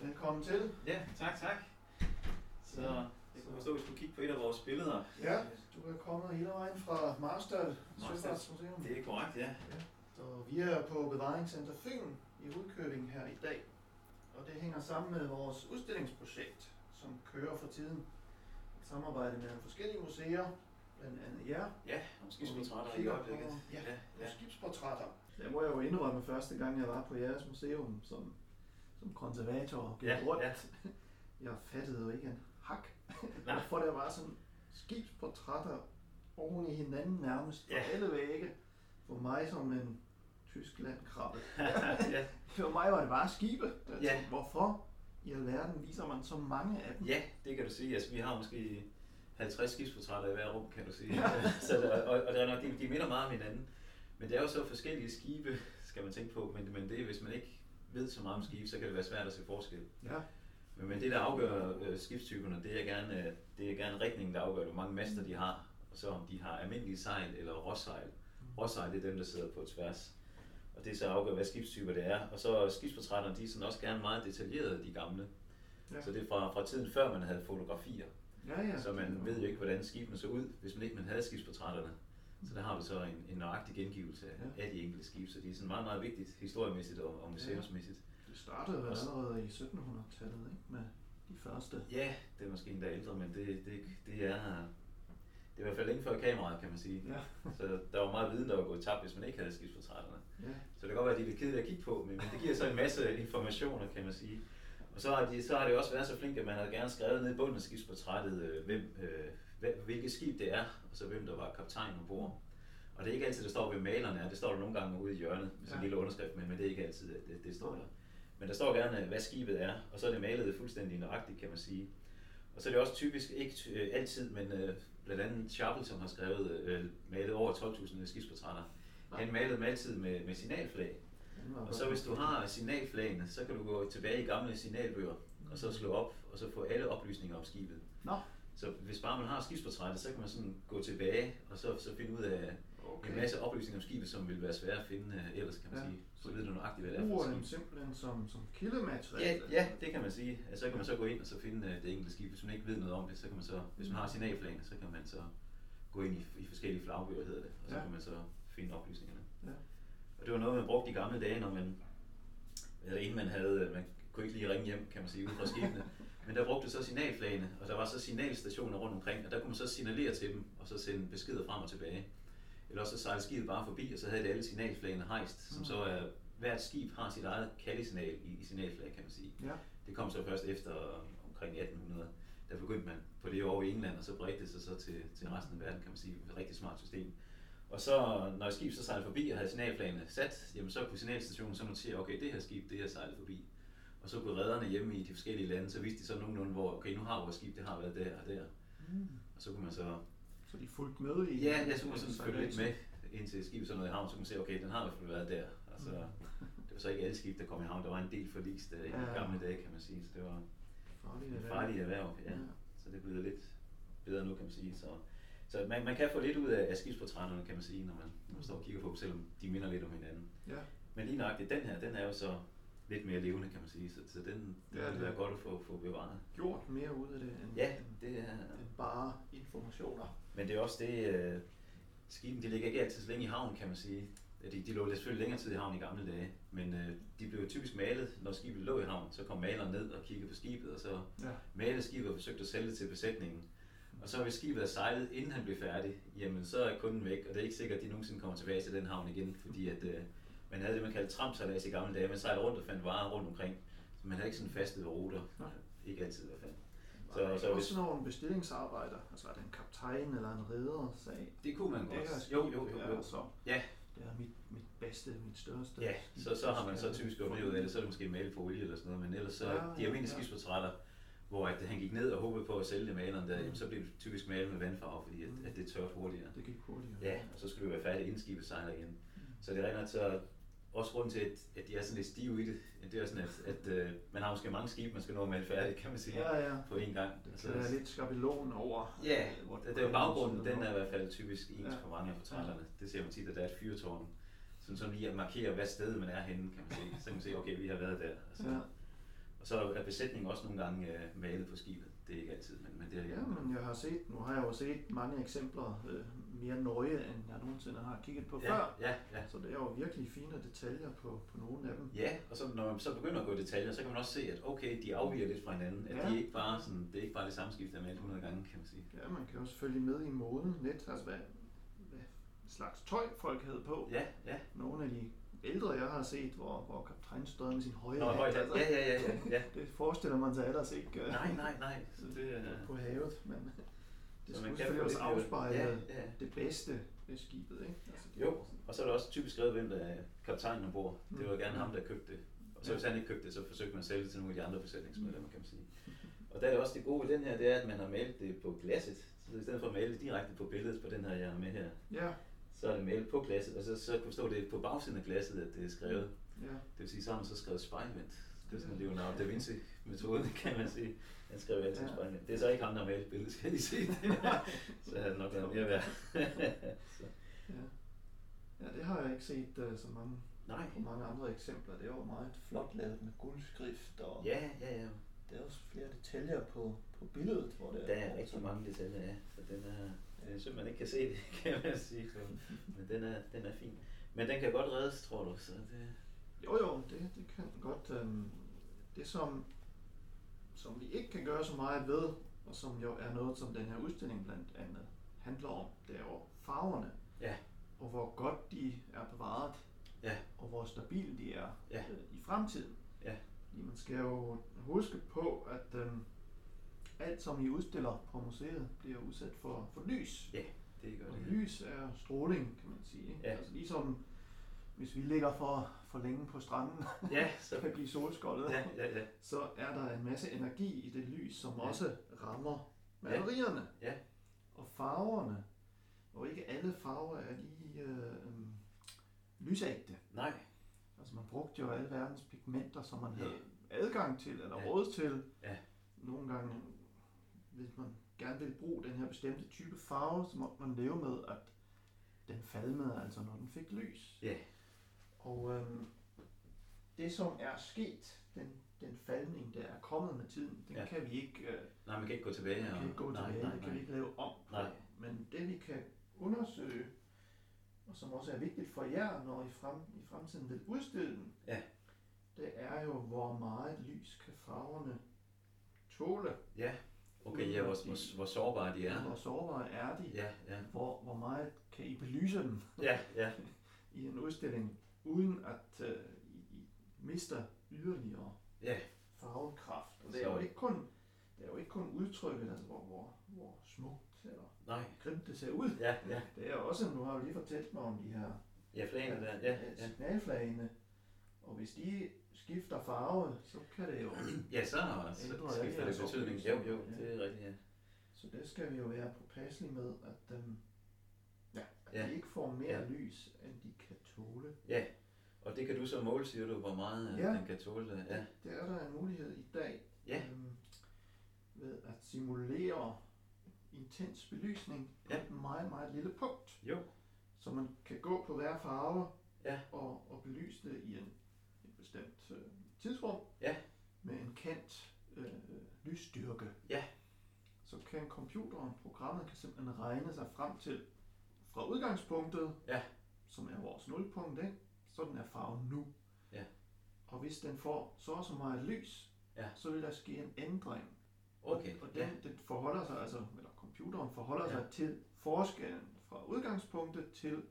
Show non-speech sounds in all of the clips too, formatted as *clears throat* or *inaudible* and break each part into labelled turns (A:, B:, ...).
A: Velkommen til.
B: Ja, tak, tak. Så jeg kunne forstå, at vi skulle kigge på et af vores billeder.
A: Ja, du er kommet hele vejen fra Marstad
B: Marstad.
A: Søfartsmuseum.
B: Det er korrekt, ja.
A: Og vi er på Bevaringscenter Fyn i Rudkøbing her i dag. Og det hænger sammen med vores udstillingsprojekt, som kører for tiden. Et samarbejde mellem forskellige museer, blandt andet jer.
B: Ja, nogle skidsportrætter i
A: Kigger
B: øjeblikket.
A: på- ja.
B: ja.
A: Ja. Skibsportrætter.
C: Det må jeg jo indrømme første gang, jeg var på jeres museum som, som konservator og gik
B: Ja,
C: rundt.
B: ja.
C: Jeg fattede jo ikke en hak,
B: Nej.
C: hvorfor der var sådan skibsportrætter oven i hinanden nærmest på
B: Ja.
C: alle vægge. For mig som en Tyskland krabbe.
B: *laughs* ja.
C: For mig var det bare skibe. Jeg
B: Ja.
C: tænkte, hvorfor i alverden viser man så mange af dem?
B: ja, det kan du sige. Altså, vi har måske 50 skibsportrætter i hver rum, kan du sige. *laughs* så der, og, og der er nok, de, de minder meget om hinanden. Men det er jo så forskellige skibe, skal man tænke på. Men, men det, er, hvis man ikke ved så meget om skibe, så kan det være svært at se forskel.
C: Ja.
B: Men, men det, der afgør øh, skibstyperne, det er gerne, øh, det er gerne rigningen, der afgør, hvor mange master de har. Og så om de har almindelige sejl eller råsejl.
C: Mm.
B: Råsejl, det er dem, der sidder på tværs. Og det er så afgør, hvad skibstyper det er. Og så skibsportrætterne, de er sådan også gerne meget detaljerede, de gamle.
C: Ja.
B: Ja. Så det er fra, fra tiden før, man havde fotografier.
C: Ja, ja.
B: Så man ved jo ikke, hvordan skibene så ud, hvis man ikke man havde skibsportrætterne. Så der har vi så en, en nøjagtig gengivelse
C: Ja.
B: ja. af de enkelte skibe, så det er sådan meget, meget vigtigt historiemæssigt og, og museumsmæssigt.
C: Det startede vel allerede i 1700-tallet, ikke? Med de første.
B: Ja, det er måske endda ældre, men det, det, det er... Det er i hvert fald længe før kameraet, kan man sige.
C: Ja.
B: Så der var meget viden, der var gået tabt, hvis man ikke havde skibsportrætterne.
C: ja.
B: Så det kan godt være, at de er lidt kedelige at kigge på, men men det giver så en masse informationer, kan man sige. Og så har, de, så har det også været så flink, at man havde gerne skrevet ned i bunden af skibsportrættet, øh, hvem, øh, hvem- hvilket skib det er, og så hvem der var kaptajn ombord. Og det er ikke altid, der står, hvem malerne er. Det står der nogle gange ude i hjørnet med sådan
C: Ja.
B: en lille underskrift, men, men det er ikke altid, at det, det står der. Men der står gerne, hvad skibet er, og så er det malet fuldstændig nøjagtigt, kan man sige. Og så er det også typisk, ikke ty- øh, altid, men øh, blandt andet Chapel, som har skrevet, øh, malet over 12.000 skibsportrætter. Han malede dem altid med, med signalflag.
C: Den var
B: Og
C: godt.
B: så hvis du har signalflagene, så kan du gå tilbage i gamle signalbøger, og så slå op, og så få alle oplysninger om skibet.
C: Nå,
B: Så hvis bare man har skibsportrættet, så kan man sådan gå tilbage, og så, så finde ud af
C: okay.
B: en masse oplysninger om skibet, som ville være svære at finde øh, ellers, kan man
C: Ja.
B: sige. Så ved du nøjagtigt, hvad det er for
C: bruger dem
B: et skib.
C: simpelthen som, som kildemateriale.
B: Ja, ja, det kan man sige. Altså, så kan man så gå ind og så finde øh, det enkelte skib. Hvis man ikke ved noget om det, så kan man så, hvis man har signalflagene, så kan man så gå ind i, i forskellige flagbøger, hedder det, og så
C: Ja.
B: kan man så finde oplysningerne.
C: Ja.
B: Og det var noget, man brugte i gamle dage, når man, eller inden man havde, øh, man kunne ikke lige ringe hjem, kan man sige, ud fra skibene. Men der brugte så signalflagene, og der var så signalstationer rundt omkring, og der kunne man så signalere til dem, og så sende beskeder frem og tilbage. Eller også så sejlede skibet bare forbi, og så havde det alle signalflagene hejst, som så er, hvert skib har sit eget kaldesignal i, i signalflag, kan man sige.
C: Ja.
B: Det kom så først efter øh, omkring 1800. Der begyndte man på det over i England, og så bredte det sig så til, til resten af verden, kan man sige. Et rigtig smart system. Og så, når et skib så sejlede forbi og havde signalflagene sat, jamen så kunne signalstationen så notere, okay, det her skib, det her sejlede forbi. Og så kunne redderne hjemme i de forskellige lande, så vidste de så nogenlunde, hvor, okay, nu har vores skib, det har været der og der.
C: Mm.
B: Og så kunne man så,
C: Så de fulgte med i...
B: ja, jeg så kunne man
C: i
B: sådan følge lidt med, indtil skibet så nåede i havn, så kunne man se, okay, den har i hvert fald været der. Og så, det var så ikke alle skib, der kom i havn, der var en del forlis der i
C: Mm. Ja.
B: gamle dage, kan man sige, så det var
C: Farlige
B: et
C: erhverv.
B: farligt erhverv, ja. Så det er blevet lidt bedre nu, kan man sige. Så, så man, man kan få lidt ud af, af skibsportrætterne, kan man sige, når man, når man står og kigger på dem, selvom de minder lidt om hinanden.
C: Ja.
B: Men lige nøjagtigt den her, den er jo så lidt mere levende, kan man sige, så, så den, den
C: Ja,
B: ja,
C: det-
B: vil være godt at få, få bevaret.
C: Gjort mere ud af det end,
B: Ja,
C: end,
B: det er...
C: end bare informationer.
B: Men det er også det, øh, skibene de ligger ikke altid så længe i havn, kan man sige. Ja, De, de lå selvfølgelig længere tid i havn i gamle dage, men øh, de blev typisk malet, når skibet lå i havn. Så kom maleren ned og kiggede på skibet, og så
C: Ja.
B: malede skibet og forsøgte at sælge det til besætningen.
C: Mm.
B: Og så hvis skibet er sejlet, inden han blev færdig, jamen så er kunden væk, og det er ikke sikkert, at de nogensinde kommer tilbage til den havn igen, fordi at, øh, man havde det, man kaldte tramsalas i gamle dage. Man sejlede rundt og fandt varer rundt omkring, så man havde ikke sådan faste ruter.
C: Nej.
B: Ikke altid i hvert fald.
C: Så,
B: Så,
C: og
B: så
C: så
B: hvis,
C: også når en bestillingsarbejder, altså at en kaptajn eller en redder sagde,
B: det kunne man
C: det her
B: godt.
C: skib
B: Jo, jo, jo.
C: er
B: jo.
C: så
B: Ja.
C: det er mit, mit bedste, mit største.
B: Ja,
C: skib."
B: så, så har man så typisk gået med ud af det, så er det måske malet på olie eller sådan noget, men ellers så
C: Ja,
B: de almindelige
C: Ah, ja.
B: skibsportrætter, hvor at han gik ned og håbede på at sælge det maleren der, jamen, så blev det typisk malet med vandfarve, fordi
C: Mm.
B: at, at det tørrer hurtigere.
C: Det gik hurtigere.
B: Ja, og så skulle det være færdigt, inden skibet sejler igen. Så det regner så også grund til, at- at de er sådan lidt stive i det. at Det er sådan, at, at øh, man har måske mange skibe, man skal nå med færdigt, kan man sige,
C: ja. ja.
B: på én gang.
C: Det
B: Altså,
C: kan være lidt skabelon over.
B: Ja,
C: øh, hvor-
B: det, det er jo baggrunden, den er i hvert fald typisk ens
C: Ja.
B: for mange af portrætterne. Det ser man tit, at der er et fyrtårn, sådan som lige at markere, hvad sted man er henne, kan man se. Så kan man se, okay, vi har været der. Altså,
C: Ja.
B: Og så er besætningen også nogle gange øh, malet på skibet. Det er ikke altid, men, men det er det.
C: Ja, men jeg har set, nu har jeg jo set mange eksempler øh, mere nøje, end jeg nogensinde har kigget på ja.
B: ja,
C: før.
B: ja, ja.
C: Så det er jo virkelig fine detaljer på, på nogle af dem.
B: Ja, og så når man så begynder at gå i detaljer, så kan man også se, at okay, de afviger lidt fra hinanden. At ja.
C: Ja.
B: de er ikke bare sådan, det er ikke bare det samme skift, der er malet 100 gange, kan man sige.
C: Ja, man kan jo selvfølgelig med i moden lidt, altså hvad, hvad slags tøj folk havde på.
B: Ja, ja.
C: Nogle af de ældre, jeg har set, hvor, hvor kaptajnen stod med sin høje
B: Nå,
C: hat, altså.
B: højt. Ja, ja, ja, ja, ja.
C: *laughs* Det forestiller man sig ellers ikke øh,
B: Nej, nej, nej. Så det er...
C: på havet, men det
B: så
C: skulle
B: man kan
C: selvfølgelig
B: få
C: også
B: lidt mere-
C: afspejle
B: Ja, ja.
C: det bedste ved skibet, ikke? Altså, det,
B: Jo, og så er der også typisk skrevet, hvem der er kaptajnen ombord. Det var
C: Mm.
B: gerne ham, der købte det. Og så
C: Ja.
B: hvis han ikke købte det, så forsøgte man at sælge det til nogle af de andre besætningsmedlemmer, kan man sige. Og der er det også det gode ved den her, det er, at man har malet det på glasset. Så i stedet for at male det direkte på billedet på den her, jeg har med her,
C: Ja,
B: så er det malet på glasset, og så, så kunne stå det på bagsiden af glasset, at det er skrevet.
C: ja.
B: Det vil sige, så har man så skrevet spejlvendt. Det er sådan en Leonardo da Vinci-metode, *laughs* kan man sige. Han skrev altid
C: Ja.
B: spejlvendt. Det er så ikke ham, der har malet billedet, skal jeg lige sige
C: *laughs*
B: det. *laughs* så havde det nok været mere værd. *laughs* så.
C: Ja. ja, det har jeg ikke set uh, så mange,
B: Nej.
C: på mange andre eksempler. Det var meget flot lavet med guldskrift, og
B: Ja, ja, ja.
C: der er også flere detaljer på, på billedet, hvor det
B: Der er rigtig mange detaljer, ja. Så den er, det er synd, man ikke kan se det, *laughs* kan man sige. Så, men den er, den er fin. Men den kan godt reddes, tror du. Så det,
C: Jo, jo, det, det kan den godt. Øhm, det som, som vi ikke kan gøre så meget ved, og som jo er noget, som den her udstilling blandt andet handler om, det er jo farverne.
B: Ja.
C: Og hvor godt de er bevaret.
B: Ja.
C: Og hvor stabile de er
B: Ja.
C: øh, i fremtiden.
B: Ja.
C: Fordi man skal jo huske på, at øhm, alt, som I udstiller på museet, bliver udsat for, for lys.
B: det gør
C: Og
B: det.
C: lys er stråling, kan man sige. Ikke?
B: Ja.
C: Altså ligesom hvis vi ligger for, for længe på stranden *laughs*
B: Ja,
C: og
B: så,
C: kan blive solskoldet,
B: ja, ja, ja.
C: så er der en masse energi i det lys, som
B: Ja.
C: også rammer
B: Ja.
C: malerierne
B: Ja.
C: og farverne. Og ikke alle farver er lige øh, øhm, lysægte.
B: Nej,
C: Altså man brugte jo alle verdens pigmenter, som man
B: Ja.
C: havde adgang til eller
B: Ja.
C: råd til.
B: Ja.
C: Nogle gange, hvis man gerne ville bruge den her bestemte type farve, så måtte man leve med, at den falmede, altså når den fik lys.
B: Ja.
C: Og øhm, det som er sket, den, den falmning, der er kommet med tiden, den
B: Ja.
C: ja. kan vi ikke, øh,
B: nej, man kan ikke gå tilbage.
C: man
B: og-
C: kan ikke gå
B: nej,
C: tilbage,
B: nej,
C: det kan vi
B: nej.
C: ikke lave om på.
B: Nej.
C: Men det vi kan undersøge, og som også er vigtigt for jer, når I, frem, i fremtiden vil udstille den,
B: Ja.
C: det er jo, hvor meget lys kan farverne tåle,
B: Ja, okay, ja, hvor, hvor, hvor sårbare de er.
C: hvor sårbare er de,
B: Ja, ja,
C: hvor, hvor meget kan I belyse dem
B: ja, ja.
C: i en udstilling, uden at øh, I, I mister yderligere
B: Ja.
C: farvekraft. Og det er
B: Så-
C: jo ikke kun, det er jo ikke kun udtrykket, altså hvor, hvor, hvor smukt eller
B: Nej.
C: grimt det ser ud.
B: Ja, ja.
C: Det er også, nu har jeg lige fortalt mig om de her
B: Ja, flagene der. Ja, ja.
C: signalflagene. Og hvis de skifter farve, så kan det jo.
B: Ja, så, så
C: Ændrer
B: skifter
C: alle
B: det
C: jeres
B: betydning. Jo,
C: oplysninger.
B: jo, det er rigtigt, ja.
C: Så det skal vi jo være påpasselige med, at, øhm, ja, at
B: Ja.
C: de ikke får mere
B: Ja.
C: lys, end de kan tåle.
B: Og det kan du så måle, siger du, hvor meget ja.
C: Ja.
B: den kan tåle. Ja,
C: Det er der en mulighed i dag
B: Ja.
C: øhm, ved at simulere intens belysning på
B: Ja.
C: et meget, meget lille punkt.
B: Jo.
C: Så man kan gå på hver farve
B: Ja.
C: og, og belyse det i en, et bestemt øh, tidsrum
B: Ja.
C: med en kendt øh, lysstyrke.
B: Ja.
C: Så kan computeren, programmet, kan simpelthen regne sig frem til fra udgangspunktet,
B: Ja.
C: som er vores nulpunkt, ikke? sådan er farven nu. Og hvis den får så og så meget lys,
B: Ja.
C: så vil der ske en ændring.
B: okay.
C: Og, og den,
B: Ja,
C: den forholder sig altså, eller computeren forholder
B: Ja.
C: ja. sig til forskellen fra udgangspunktet til,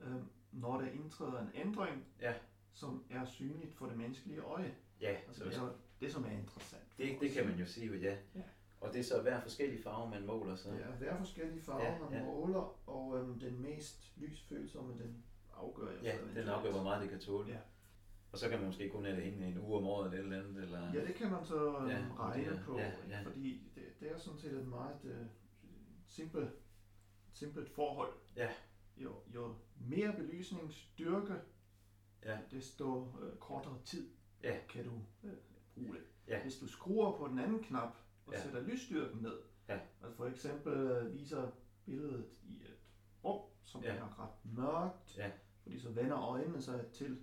C: øhm, når der indtræder en ændring,
B: Ja.
C: som er synligt for det menneskelige øje.
B: ja
C: Altså,
B: så,
C: det, er
B: ja.
C: så det, som er interessant. for
B: Det,
C: os.
B: det kan man jo sige, ja.
C: Ja.
B: Og det er så hver forskellige farve, man måler så.
C: Det er hver forskellige farver,
B: Ja,
C: ja, man
B: ja.
C: måler, og øhm, den mest lysfølsomme, den afgør jo
B: Ja,
C: så
B: den afgør, hvor meget det kan tåle.
C: Ja.
B: Og så kan man måske kun have det hængende en uge om året eller et eller andet. Eller...
C: Ja, det kan man så øhm,
B: Ja,
C: regne
B: vurdere.
C: på,
B: Ja,
C: ja,
B: ja.
C: ja. fordi det, det er sådan set et meget øh, simpelt, simpelt forhold.
B: Ja.
C: Jo, jo mere belysningsstyrke,
B: Ja.
C: desto øh, kortere tid
B: Ja.
C: kan du øh, bruge det.
B: Ja.
C: Hvis du skruer på den anden knap og
B: Ja.
C: ja. sætter lysstyrken ned,
B: Ja.
C: altså for eksempel øh, viser billedet i et rum, som
B: Ja.
C: ja. er ret mørkt,
B: Ja.
C: fordi så vender øjnene sig til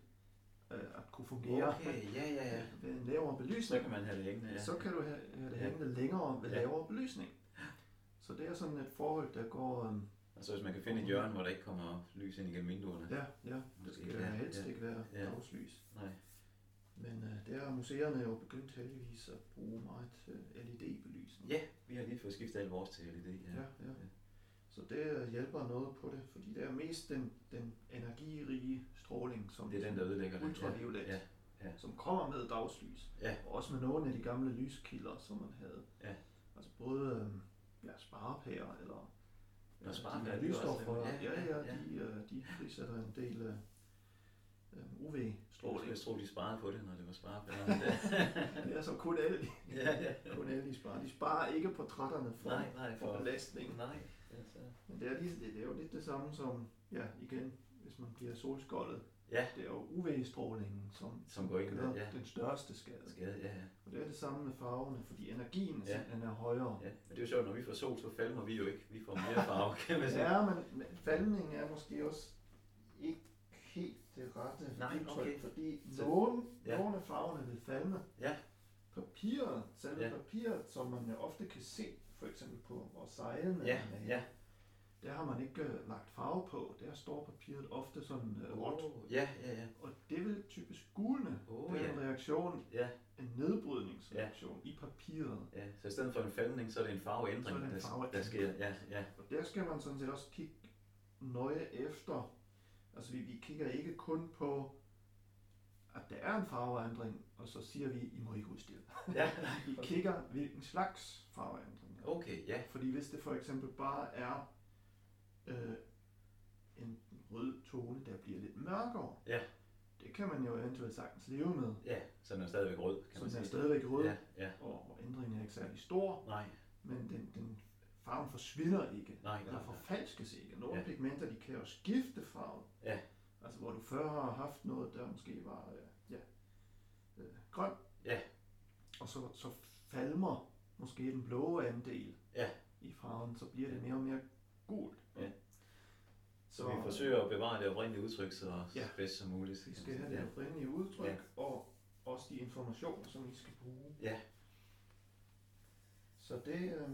C: øh, at kunne fungere
B: Okay, ja, ja, ja.
C: ved en lavere
B: Så
C: belysning.
B: kan man have det hængende, ja.
C: Så kan du have, have det
B: Ja.
C: hængende længere ved
B: Ja.
C: lavere belysning. Så det er sådan et forhold, der går... Øh,
B: Altså hvis man kan finde et hjørne, hvor der ikke kommer lys ind igennem vinduerne.
C: ja, ja, det skal
B: Ja,
C: ja, helst
B: ja.
C: ikke være
B: Ja.
C: dagslys.
B: Nej.
C: Men øh, der er museerne jo begyndt heldigvis at bruge meget øh, LED-belysning.
B: Ja, vi har lige fået skiftet alle vores til LED. Ja.
C: Ja, ja. Så det øh, hjælper noget på det, fordi det er mest den, den energirige stråling, som,
B: Det er den, der ødelægger det.
C: ultraviolet,
B: Ja,
C: ja.
B: ja.
C: som kommer med dagslys.
B: Ja.
C: Og også med nogle af de gamle lyskilder, som man havde.
B: Ja.
C: Altså både øh, ja, sparepærer eller øh,
B: Nå, sparepærer,
C: de
B: det er
C: der
B: også
C: lysstoffer.
B: nemt. Ja,
C: Ja,
B: ja,
C: ja,
B: ja.
C: de, øh, de frisætter en del øh, øh, UV-stråling.
B: Jeg tror, de sparede på det, når det var sparet.
C: Det er så kun alle, de-
B: *laughs* ja, ja.
C: *laughs* kun alle de sparer. De sparer ikke portrætterne for,
B: Nej, nej,
C: for
B: for...
C: belastningen.
B: Nej. Altså.
C: Men det er, lige, det er jo lidt det samme som, ja, igen, hvis man bliver solskoldet.
B: Ja.
C: Det er jo UV-strålingen, som
B: Som går ind
C: gør
B: med, ja.
C: den største skade.
B: Skade, ja, ja.
C: Og det er det samme med farverne, fordi energien
B: Ja.
C: ja. den er højere.
B: ja. Men det er jo sjovt, når vi får sol, så falmer vi jo ikke. Vi får mere farve, kan man sige.
C: Ja, men, men faldningen er måske også ikke helt det rette
B: Nej,
C: udtryk,
B: okay.
C: fordi
B: Så-
C: nogle,
B: ja.
C: ja. nogle af farverne vil falme.
B: Ja.
C: Papiret, selve
B: Ja.
C: ja. papiret, som man jo ofte kan se, for eksempel på vores sejlene,
B: Ja, ja.
C: der har man ikke øh, lagt farve på. Der står papiret ofte sådan øh, råt.
B: Åh, Oh, Ja, ja, ja.
C: Og det vil typisk gulne.
B: Åh,
C: det er
B: ja.
C: en reaktion,
B: Ja.
C: en nedbrydningsreaktion i papiret.
B: Ja, så i stedet for en faldning, så er det en
C: Så
B: farveændring,
C: er det en
B: der, der
C: farveændring.
B: sker. Ja, ja,
C: Og der skal man sådan set også kigge nøje efter. Altså vi, vi kigger ikke kun på, at der er en farveændring, og så siger vi, I må ikke udstille.
B: ja.
C: Vi kigger, hvilken slags farveændring.
B: Okay, ja.
C: Fordi hvis det for eksempel bare er øh, en rød tone, der bliver lidt mørkere,
B: Ja.
C: det kan man jo eventuelt sagtens leve med.
B: Ja, så den er stadigvæk rød, kan
C: Så
B: man
C: den er
B: sige.
C: stadigvæk rød,
B: Ja, ja.
C: og, og ændringen er ikke særlig stor,
B: Nej,
C: men den, den farven forsvinder ikke,
B: nej, nej.
C: eller
B: nej.
C: forfalskes ikke. Nogle
B: Ja.
C: ja. pigmenter, de kan jo skifte farve.
B: Ja.
C: Altså hvor du før har haft noget, der måske var øh, ja, øh, grøn,
B: Ja.
C: og så, så falmer måske den blå andel
B: Ja.
C: i farven, så bliver det mere og mere gult.
B: Ja.
C: Så,
B: Så vi forsøger at bevare det oprindelige udtryk så ja.
C: Ja.
B: bedst som muligt.
C: Vi
B: kan
C: skal
B: man
C: have
B: sige.
C: det oprindelige udtryk,
B: Ja.
C: og også de informationer, som vi skal bruge.
B: Ja.
C: Så det, øh,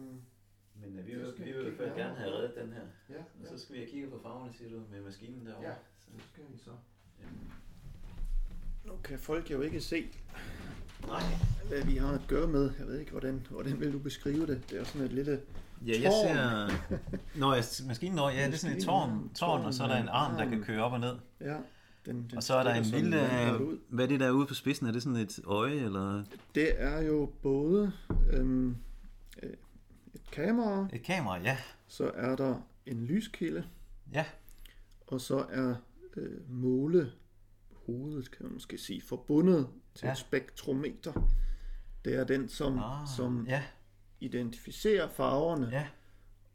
B: Men øh, vi,
C: Så
B: vil, vi
C: skal
B: vil
C: vi
B: i hvert
C: kigge
B: fald gerne
C: nærmere
B: have
C: på
B: reddet den her.
C: ja,
B: Og
C: ja.
B: så skal vi have kigget på farverne, siger du, med maskinen derovre.
C: Ja.
B: Så.
C: Nu skal vi så.
D: Nu kan folk jo ikke se,
B: Nej.
D: hvad vi har at gøre med. Jeg ved ikke, hvordan, hvordan vil du beskrive det? Det er jo sådan et lille...
B: Ja, jeg
D: Tårn.
B: ser... Nå, ja, maskinen over, ja, det er sådan et
D: Maskinen,
B: tårn,
D: ja.
B: tårn, og så er der en arm, der kan
D: Armen.
B: køre op og ned.
D: Ja, den, den
B: Og så er der en
D: stikker
B: lille...
D: sådan vandret ud.
B: øh, Hvad er det der ude på spidsen? Er det sådan et øje, eller
D: Det er jo både øhm, øh, et kamera,
B: et kamera? Ja,
D: så er der en lyskilde,
B: ja,
D: og så er øh, målehovedet, kan man måske sige, forbundet til
B: Ja.
D: et spektrometer. Det er den, som,
B: ah,
D: som
B: ja,
D: identificerer farverne
B: ja.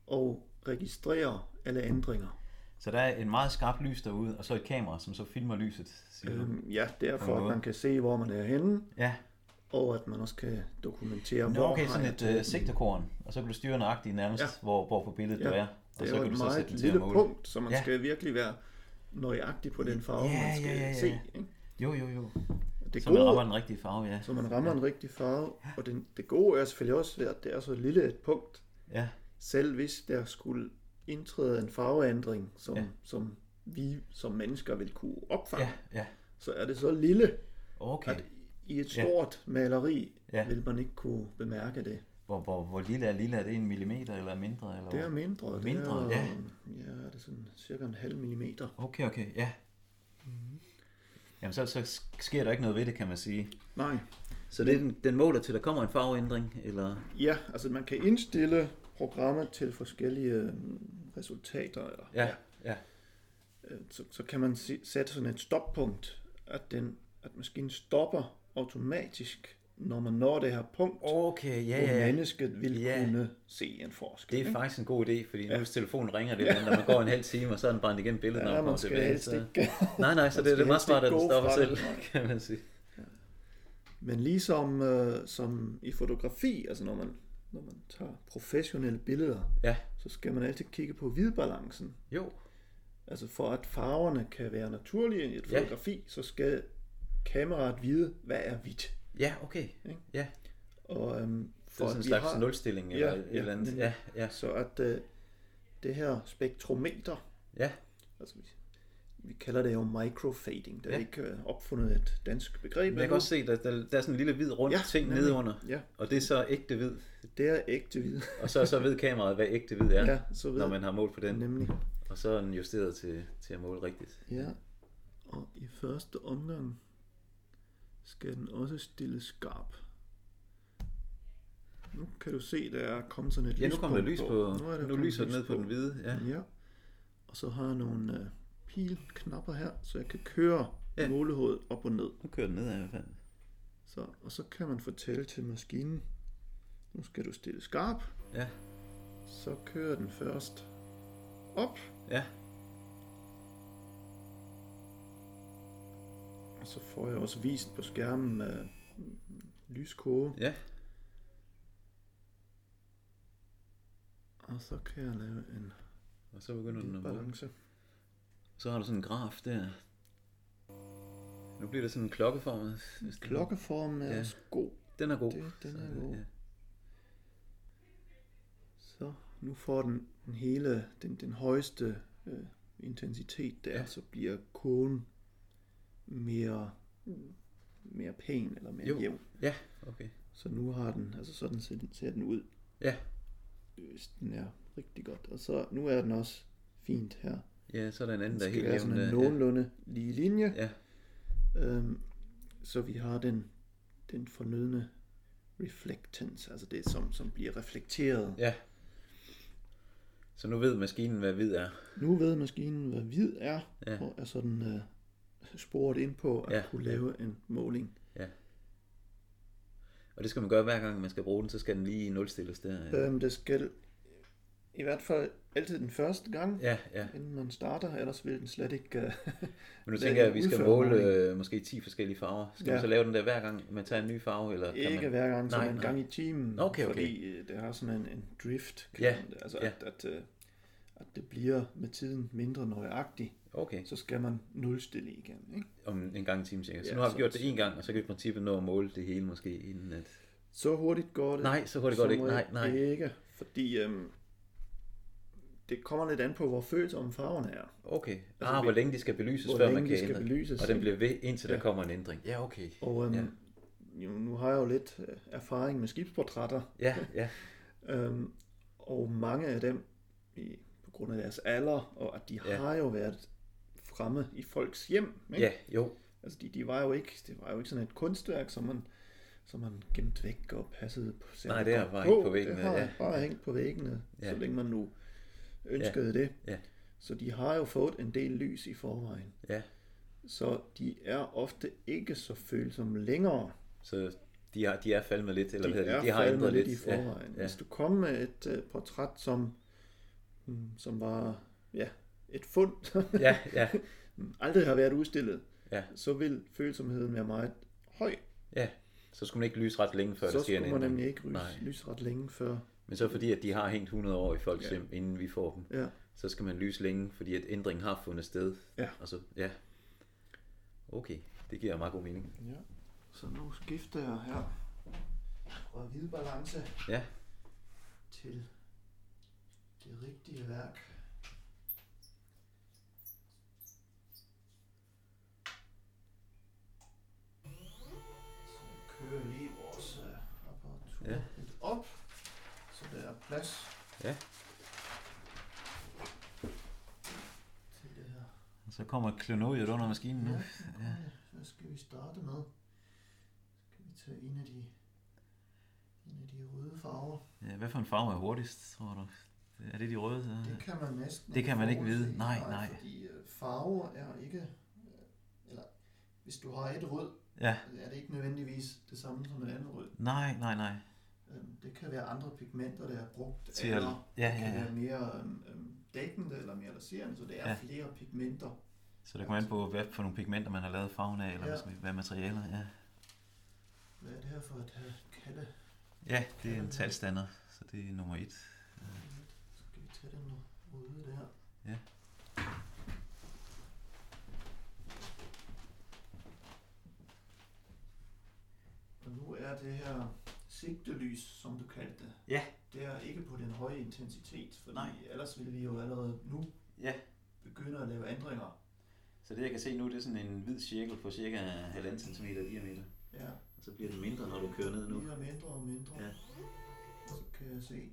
D: og registrerer alle ændringer.
B: Så der er en meget skarp lys derude, og så et kamera, som så filmer lyset, siger du?
D: Øhm, ja, det er for, at
B: måde.
D: man kan se, hvor man er henne,
B: Ja,
D: og at man også kan dokumentere,
B: Nå,
D: hvor
B: okay,
D: har
B: sådan
D: jeg
B: et øh,
D: taget den.
B: sigtekorn, og så kan du styre nøjagtigt nærmest, ja.
D: Ja.
B: hvor, hvor på billedet ja.
D: Ja,
B: du er. Og
D: Det
B: så
D: er jo
B: kan du
D: et
B: så
D: meget
B: sætte den til at
D: lille
B: måle.
D: punkt, så man
B: Ja.
D: ja. skal virkelig være nøjagtig på den farve,
B: Ja,
D: man skal
B: ja, ja, ja.
D: se. Ikke?
B: Jo, jo, jo.
D: Det
B: Så man rammer
D: gode,
B: den rigtige farve, ja.
D: så man rammer en rigtig farve, og den, det gode er selvfølgelig også ved, at det er så lille et punkt,
B: Ja,
D: selv hvis der skulle indtræde en farveændring, som,
B: Ja.
D: ja. som vi som mennesker vil kunne opfange,
B: ja,
D: ja.
B: ja.
D: så er det så lille,
B: Okay.
D: at i et
B: Ja.
D: stort ja. maleri
B: Ja.
D: ja. vil man ikke kunne bemærke det.
B: Hvor, hvor, hvor lille er lille? Er det en millimeter eller mindre? Eller
D: Det er
B: hvor?
D: mindre.
B: Mindre,
D: det er,
B: ja.
D: Ja, det er sådan cirka en halv millimeter.
B: Okay, okay, ja. Jamen, så, så sk- sker der ikke noget ved det, kan man sige.
D: Nej,
B: Så det er den, den måler til, der kommer en farveændring, eller?
D: Ja, altså man kan indstille programmet til forskellige øhm, resultater. Eller,
B: Ja, ja.
D: øh, Så, så kan man se- sætte sådan et stoppunkt, at, den, at maskinen stopper automatisk, når man når det her punkt,
B: Okay, ja,
D: hvor
B: ja, ja.
D: mennesket vil
B: Ja.
D: kunne se en forskel.
B: Det er
D: ikke?
B: faktisk en god idé, fordi
D: Ja.
B: hvis telefonen ringer det, ja. når man går en halv time, og så er den brændt igennem billedet, når
D: ja,
B: man kommer
D: man skal
B: tilbage.
D: helst
B: Så...
D: ikke.
B: Nej, nej, så
D: Man
B: det er det
D: skal
B: meget
D: helst
B: smart, at
D: ikke
B: den
D: gå
B: stopper
D: fra
B: selv,
D: det.
B: kan man sige.
D: Men ligesom øh, som i fotografi, altså når man, når man tager professionelle billeder,
B: Ja,
D: så skal man altid kigge på hvidbalancen.
B: jo.
D: Altså for at farverne kan være naturlige i et
B: Ja.
D: fotografi, så skal
C: kameraet vide, hvad er hvidt.
B: Ja, okay.
C: Og øhm,
B: Det er sådan
C: at
B: en
C: vi
B: slags
C: har-
B: har... nulstilling
C: Ja,
B: eller et
C: ja,
B: eller andet.
C: nemlig.
B: Ja, ja,
C: Så at øh, det her spektrometer,
B: ja.
C: altså vi, vi kalder det jo microfading, der ja.
B: Ja.
C: ikke øh, opfundet et dansk begreb
B: Men jeg
C: endnu.
B: kan også se, at der, der er sådan en lille hvid rund
C: Ja,
B: ja, ting
C: nemlig.
B: nede under.
C: Ja,
B: Og det er så ægte hvid.
C: det er ægte hvide.
B: Og så, så ved kameraet, hvad ægte hvid er,
C: Ja,
B: ja,
C: ja så ved
B: når man har målt på den.
C: Nemlig.
B: Og så er den justeret til, til at måle rigtigt.
C: Ja, og i første omgang skal den også stille skarp. Nu kan du se, der er kommet sådan et
B: Ja, nu kommer der
C: lyspunkt
B: lys på.
C: er der
B: Nu, nu
C: kommet
B: lyser
C: lys
B: den ned på den hvide. Ja.
C: Ja. Og så har jeg nogle øh, pilknapper her, så jeg kan køre ja.
B: Ja.
C: målehovedet op og ned.
B: Nu kører den ned i hvert fald.
C: Så, og så kan man fortælle til maskinen, nu skal du stille skarp.
B: Ja.
C: Så kører den først op,
B: Ja,
C: og så får jeg også vist på skærmen øh, lyskurve.
B: ja.
C: Og så kan jeg lave en
B: Og så begynder den
C: lille
B: at måle.
C: balance.
B: Så har du sådan en graf der. Nu bliver det sådan en klokkeformet. hvis den-
C: Klokkeformen er
B: Ja.
C: også god.
B: Den er god.
C: Det- den
B: Så,
C: er god.
B: Ja.
C: Så nu får den, den hele, den, den højeste øh, intensitet der, ja.
B: Ja.
C: så bliver kurven mere, mere pæn eller mere
B: Jo.
C: jævn.
B: ja, okay.
C: Så nu har den, altså sådan ser den, ser den ud.
B: Ja.
C: Øh, så Den er rigtig godt. Og så nu er den også fint her.
B: Ja, så er der en
C: Den
B: anden, der er
C: skal
B: helt øh,
C: være
B: jævn.
C: sådan en
B: der.
C: nogenlunde lige linje.
B: Ja,
C: Øhm, så vi har den, den fornødne reflectance, altså det som, som bliver reflekteret.
B: ja. Så nu ved maskinen, hvad hvid er.
C: Nu ved maskinen, hvad hvid er,
B: Ja.
C: og er sådan øh, sporet ind på at ja.
B: Ja.
C: kunne lave en måling.
B: Og det skal man gøre hver gang, man skal bruge den, så skal den lige nulstilles der.
C: Ja.
B: Ja,
C: Øhm, det skal i hvert fald altid den første gang, ja.
B: ja. ja.
C: inden man starter, ellers vil den slet ikke...
B: *laughs*
C: Øh,
B: Men nu
C: Lad
B: tænker jeg,
C: den
B: at vi skal
C: udføre
B: måle
C: målingen.
B: øh, måske 10 forskellige farver. Skal
C: Ja.
B: ja. man så lave den der hver gang, man tager en ny farve? Eller kan
C: ikke
B: man...
C: hver gang,
B: Nej,
C: som en
B: nej.
C: gang i timen,
B: Okay, okay.
C: fordi øh, det har sådan en, en drift, kan
B: Ja,
C: man det. altså
B: ja.
C: at, at, øh, at det bliver med tiden mindre nøjagtigt.
B: Okay,
C: så skal man nulstille igen. Ikke?
B: om en gang i timen cirka. Så
C: Ja,
B: nu har
C: så-
B: vi gjort det en gang, og så kan vi i princippet nå at måle det hele måske inden at...
C: Så hurtigt går det.
B: Nej, så hurtigt går det ikke.
C: må
B: Nej, nej.
C: Ikke, fordi øhm, det kommer lidt an på, hvor følsomme farverne er.
B: Okay.
C: Altså,
B: Ah,
C: vi-
B: hvor længe de skal belyses,
C: hvor
B: før man
C: længe
B: kan
C: de skal
B: ændre.
C: belyses,
B: og den
C: ikke?
B: bliver ved, indtil der
C: Ja.
B: kommer en ændring. Ja, okay.
C: Og øhm, ja.
B: Ja.
C: jo, nu har jeg jo lidt øh, erfaring med skibsportrætter,
B: Ja, ja,
C: øhm, og mange af dem, i, på grund af deres alder, og at de ja.
B: Ja.
C: har jo været fremme i folks hjem. Ikke?
B: ja, jo.
C: Altså, de, de var jo ikke, det var jo ikke sådan et kunstværk, som man, som man gemte væk og passede på. særlig
B: Nej, det har
C: godt
B: bare hængt på væggene,
C: Det har
B: ja.
C: bare hængt på væggene, ja.
B: Ja.
C: så længe man nu ønskede ja. det.
B: Ja.
C: Så de har jo fået en del lys i forvejen.
B: Ja,
C: Så de er ofte ikke så følsomme længere.
B: så de har, de er faldet lidt, eller
C: De
B: hvad hedder
C: er
B: det? De har ændret
C: faldet
B: lidt.
C: lidt i forvejen. Ja.
B: Ja, ja.
C: Hvis du kom med et uh, portræt, som, mm, som var ja, et fund, som
B: ja, ja,
C: *laughs* aldrig har været udstillet,
B: Ja.
C: så vil følsomheden være meget høj.
B: ja. Så skulle man ikke lyse ret længe, før
C: så
B: der sker en
C: skulle man
B: ændring.
C: nemlig ikke ryse,
B: Nej.
C: lyse ret længe før.
B: Men så fordi, at de har hængt 100 år i folks
C: Ja.
B: ja. hjem, inden vi får dem,
C: Ja.
B: så skal man lyse længe, fordi at ændringen har fundet sted.
C: Ja.
B: Og så, ja. Okay, det giver meget god mening.
C: ja. Så nu skifter jeg her fra hvid balance
B: Ja.
C: til det rigtige værk. Så kører jeg lige vores øh, apparatur
B: Ja.
C: lidt op, så der er plads
B: Ja.
C: til det her.
B: Og så kommer klenodiet under maskinen
C: Ja,
B: nu.
C: ja. Hvad skal vi starte med? Skal vi tage en af de, en af de røde farver?
B: Ja, hvad for en farve er hurtigst, tror du? Er det de røde?
C: Det kan man næsten
B: Det kan man ikke vide.
C: forudse.
B: Nej, nej.
C: Fordi øh, farver er ikke... øh, Eller, hvis du har et rød,
B: Ja.
C: er det ikke nødvendigvis det samme som et andet rød.
B: Nej, nej, nej.
C: Øhm, Det kan være andre pigmenter, der er brugt,
B: Til at-
C: eller
B: ja,
C: det
B: ja,
C: kan
B: ja.
C: være mere øhm, øhm, dækkende eller mere laserende, så det er
B: Ja.
C: flere pigmenter.
B: Så det kommer an på, hvad for nogle pigmenter, man har lavet farven af, eller
C: Ja.
B: ja. hvad materialer. Ja.
C: Hvad er det her for et øh, kalde?
B: ja, det er en talstander, så det er nummer et.
C: Skal vi tage den røde der?
B: Ja.
E: er det her sigtelys, som du kaldte det.
B: Ja.
E: Det er ikke på den høje intensitet, for
B: Nej.
E: ellers ville vi jo allerede nu
B: Ja.
E: begynde at lave ændringer.
B: Så det jeg kan se nu, det er sådan en hvid cirkel på cirka 1,5 cm diameter.
E: Ja,
B: Og så bliver den mindre, når du kører ned nu.
E: mere og mindre og mindre.
B: Ja.
E: Så kan jeg se.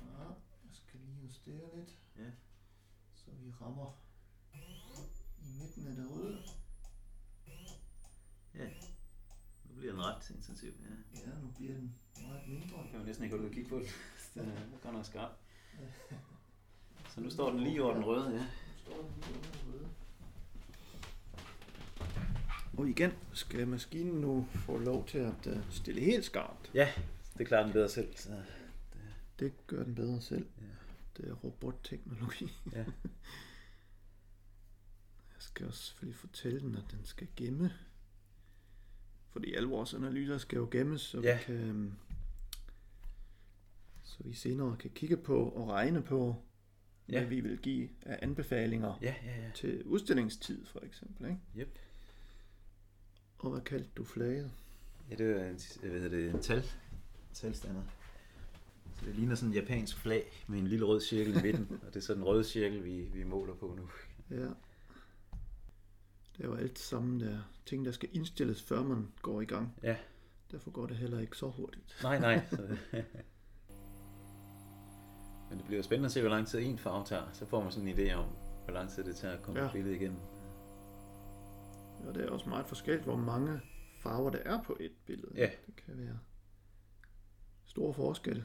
E: Ja, jeg skal lige justere lidt.
B: Ja.
E: Så vi rammer i midten af det røde.
B: Nu bliver den ret intensiv, ja.
E: Ja, nu bliver den meget mindre.
B: Jeg kan jo næsten ikke holde ud og kigge på den. *laughs* Den er godt nok skarp. Så nu står den lige over den røde, ja.
E: Nu står den lige under det røde.
C: Og igen skal maskinen nu få lov til at øh, stille helt skarpt.
B: Det klarer den bedre selv. Så.
C: Det gør den bedre selv.
B: Ja.
C: Det er robotteknologi.
B: Ja.
C: Jeg skal også selvfølgelig fortælle den, at den skal gemme. Fordi alle vores analyser skal jo gemmes, så
B: Ja.
C: vi kan øhm, så vi senere kan kigge på og regne på,
B: Ja.
C: hvad vi vil give af anbefalinger
B: Ja, ja, ja.
C: til udstillingstid for eksempel. Ikke?
B: Yep.
C: Og hvad kaldte du flaget?
B: Ja, det er en, hvad hedder det, en tal. Talstander. Så det ligner sådan en japansk flag med en lille rød cirkel i midten, og det er så den røde cirkel, vi, vi måler på nu.
C: Ja. Det er jo alt sammen der ting, der skal indstilles, før man går i gang.
B: Ja.
C: Derfor går det heller ikke så hurtigt.
B: Nej, *laughs* nej. Så... Men det bliver jo spændende at se, hvor lang tid en farve tager. Så får man sådan en idé om, hvor lang tid det tager at komme
C: Ja.
B: ja. billedet igennem.
C: Og det er også meget forskelligt, hvor mange farver der er på et billede.
B: Ja.
C: Det kan være stor forskel.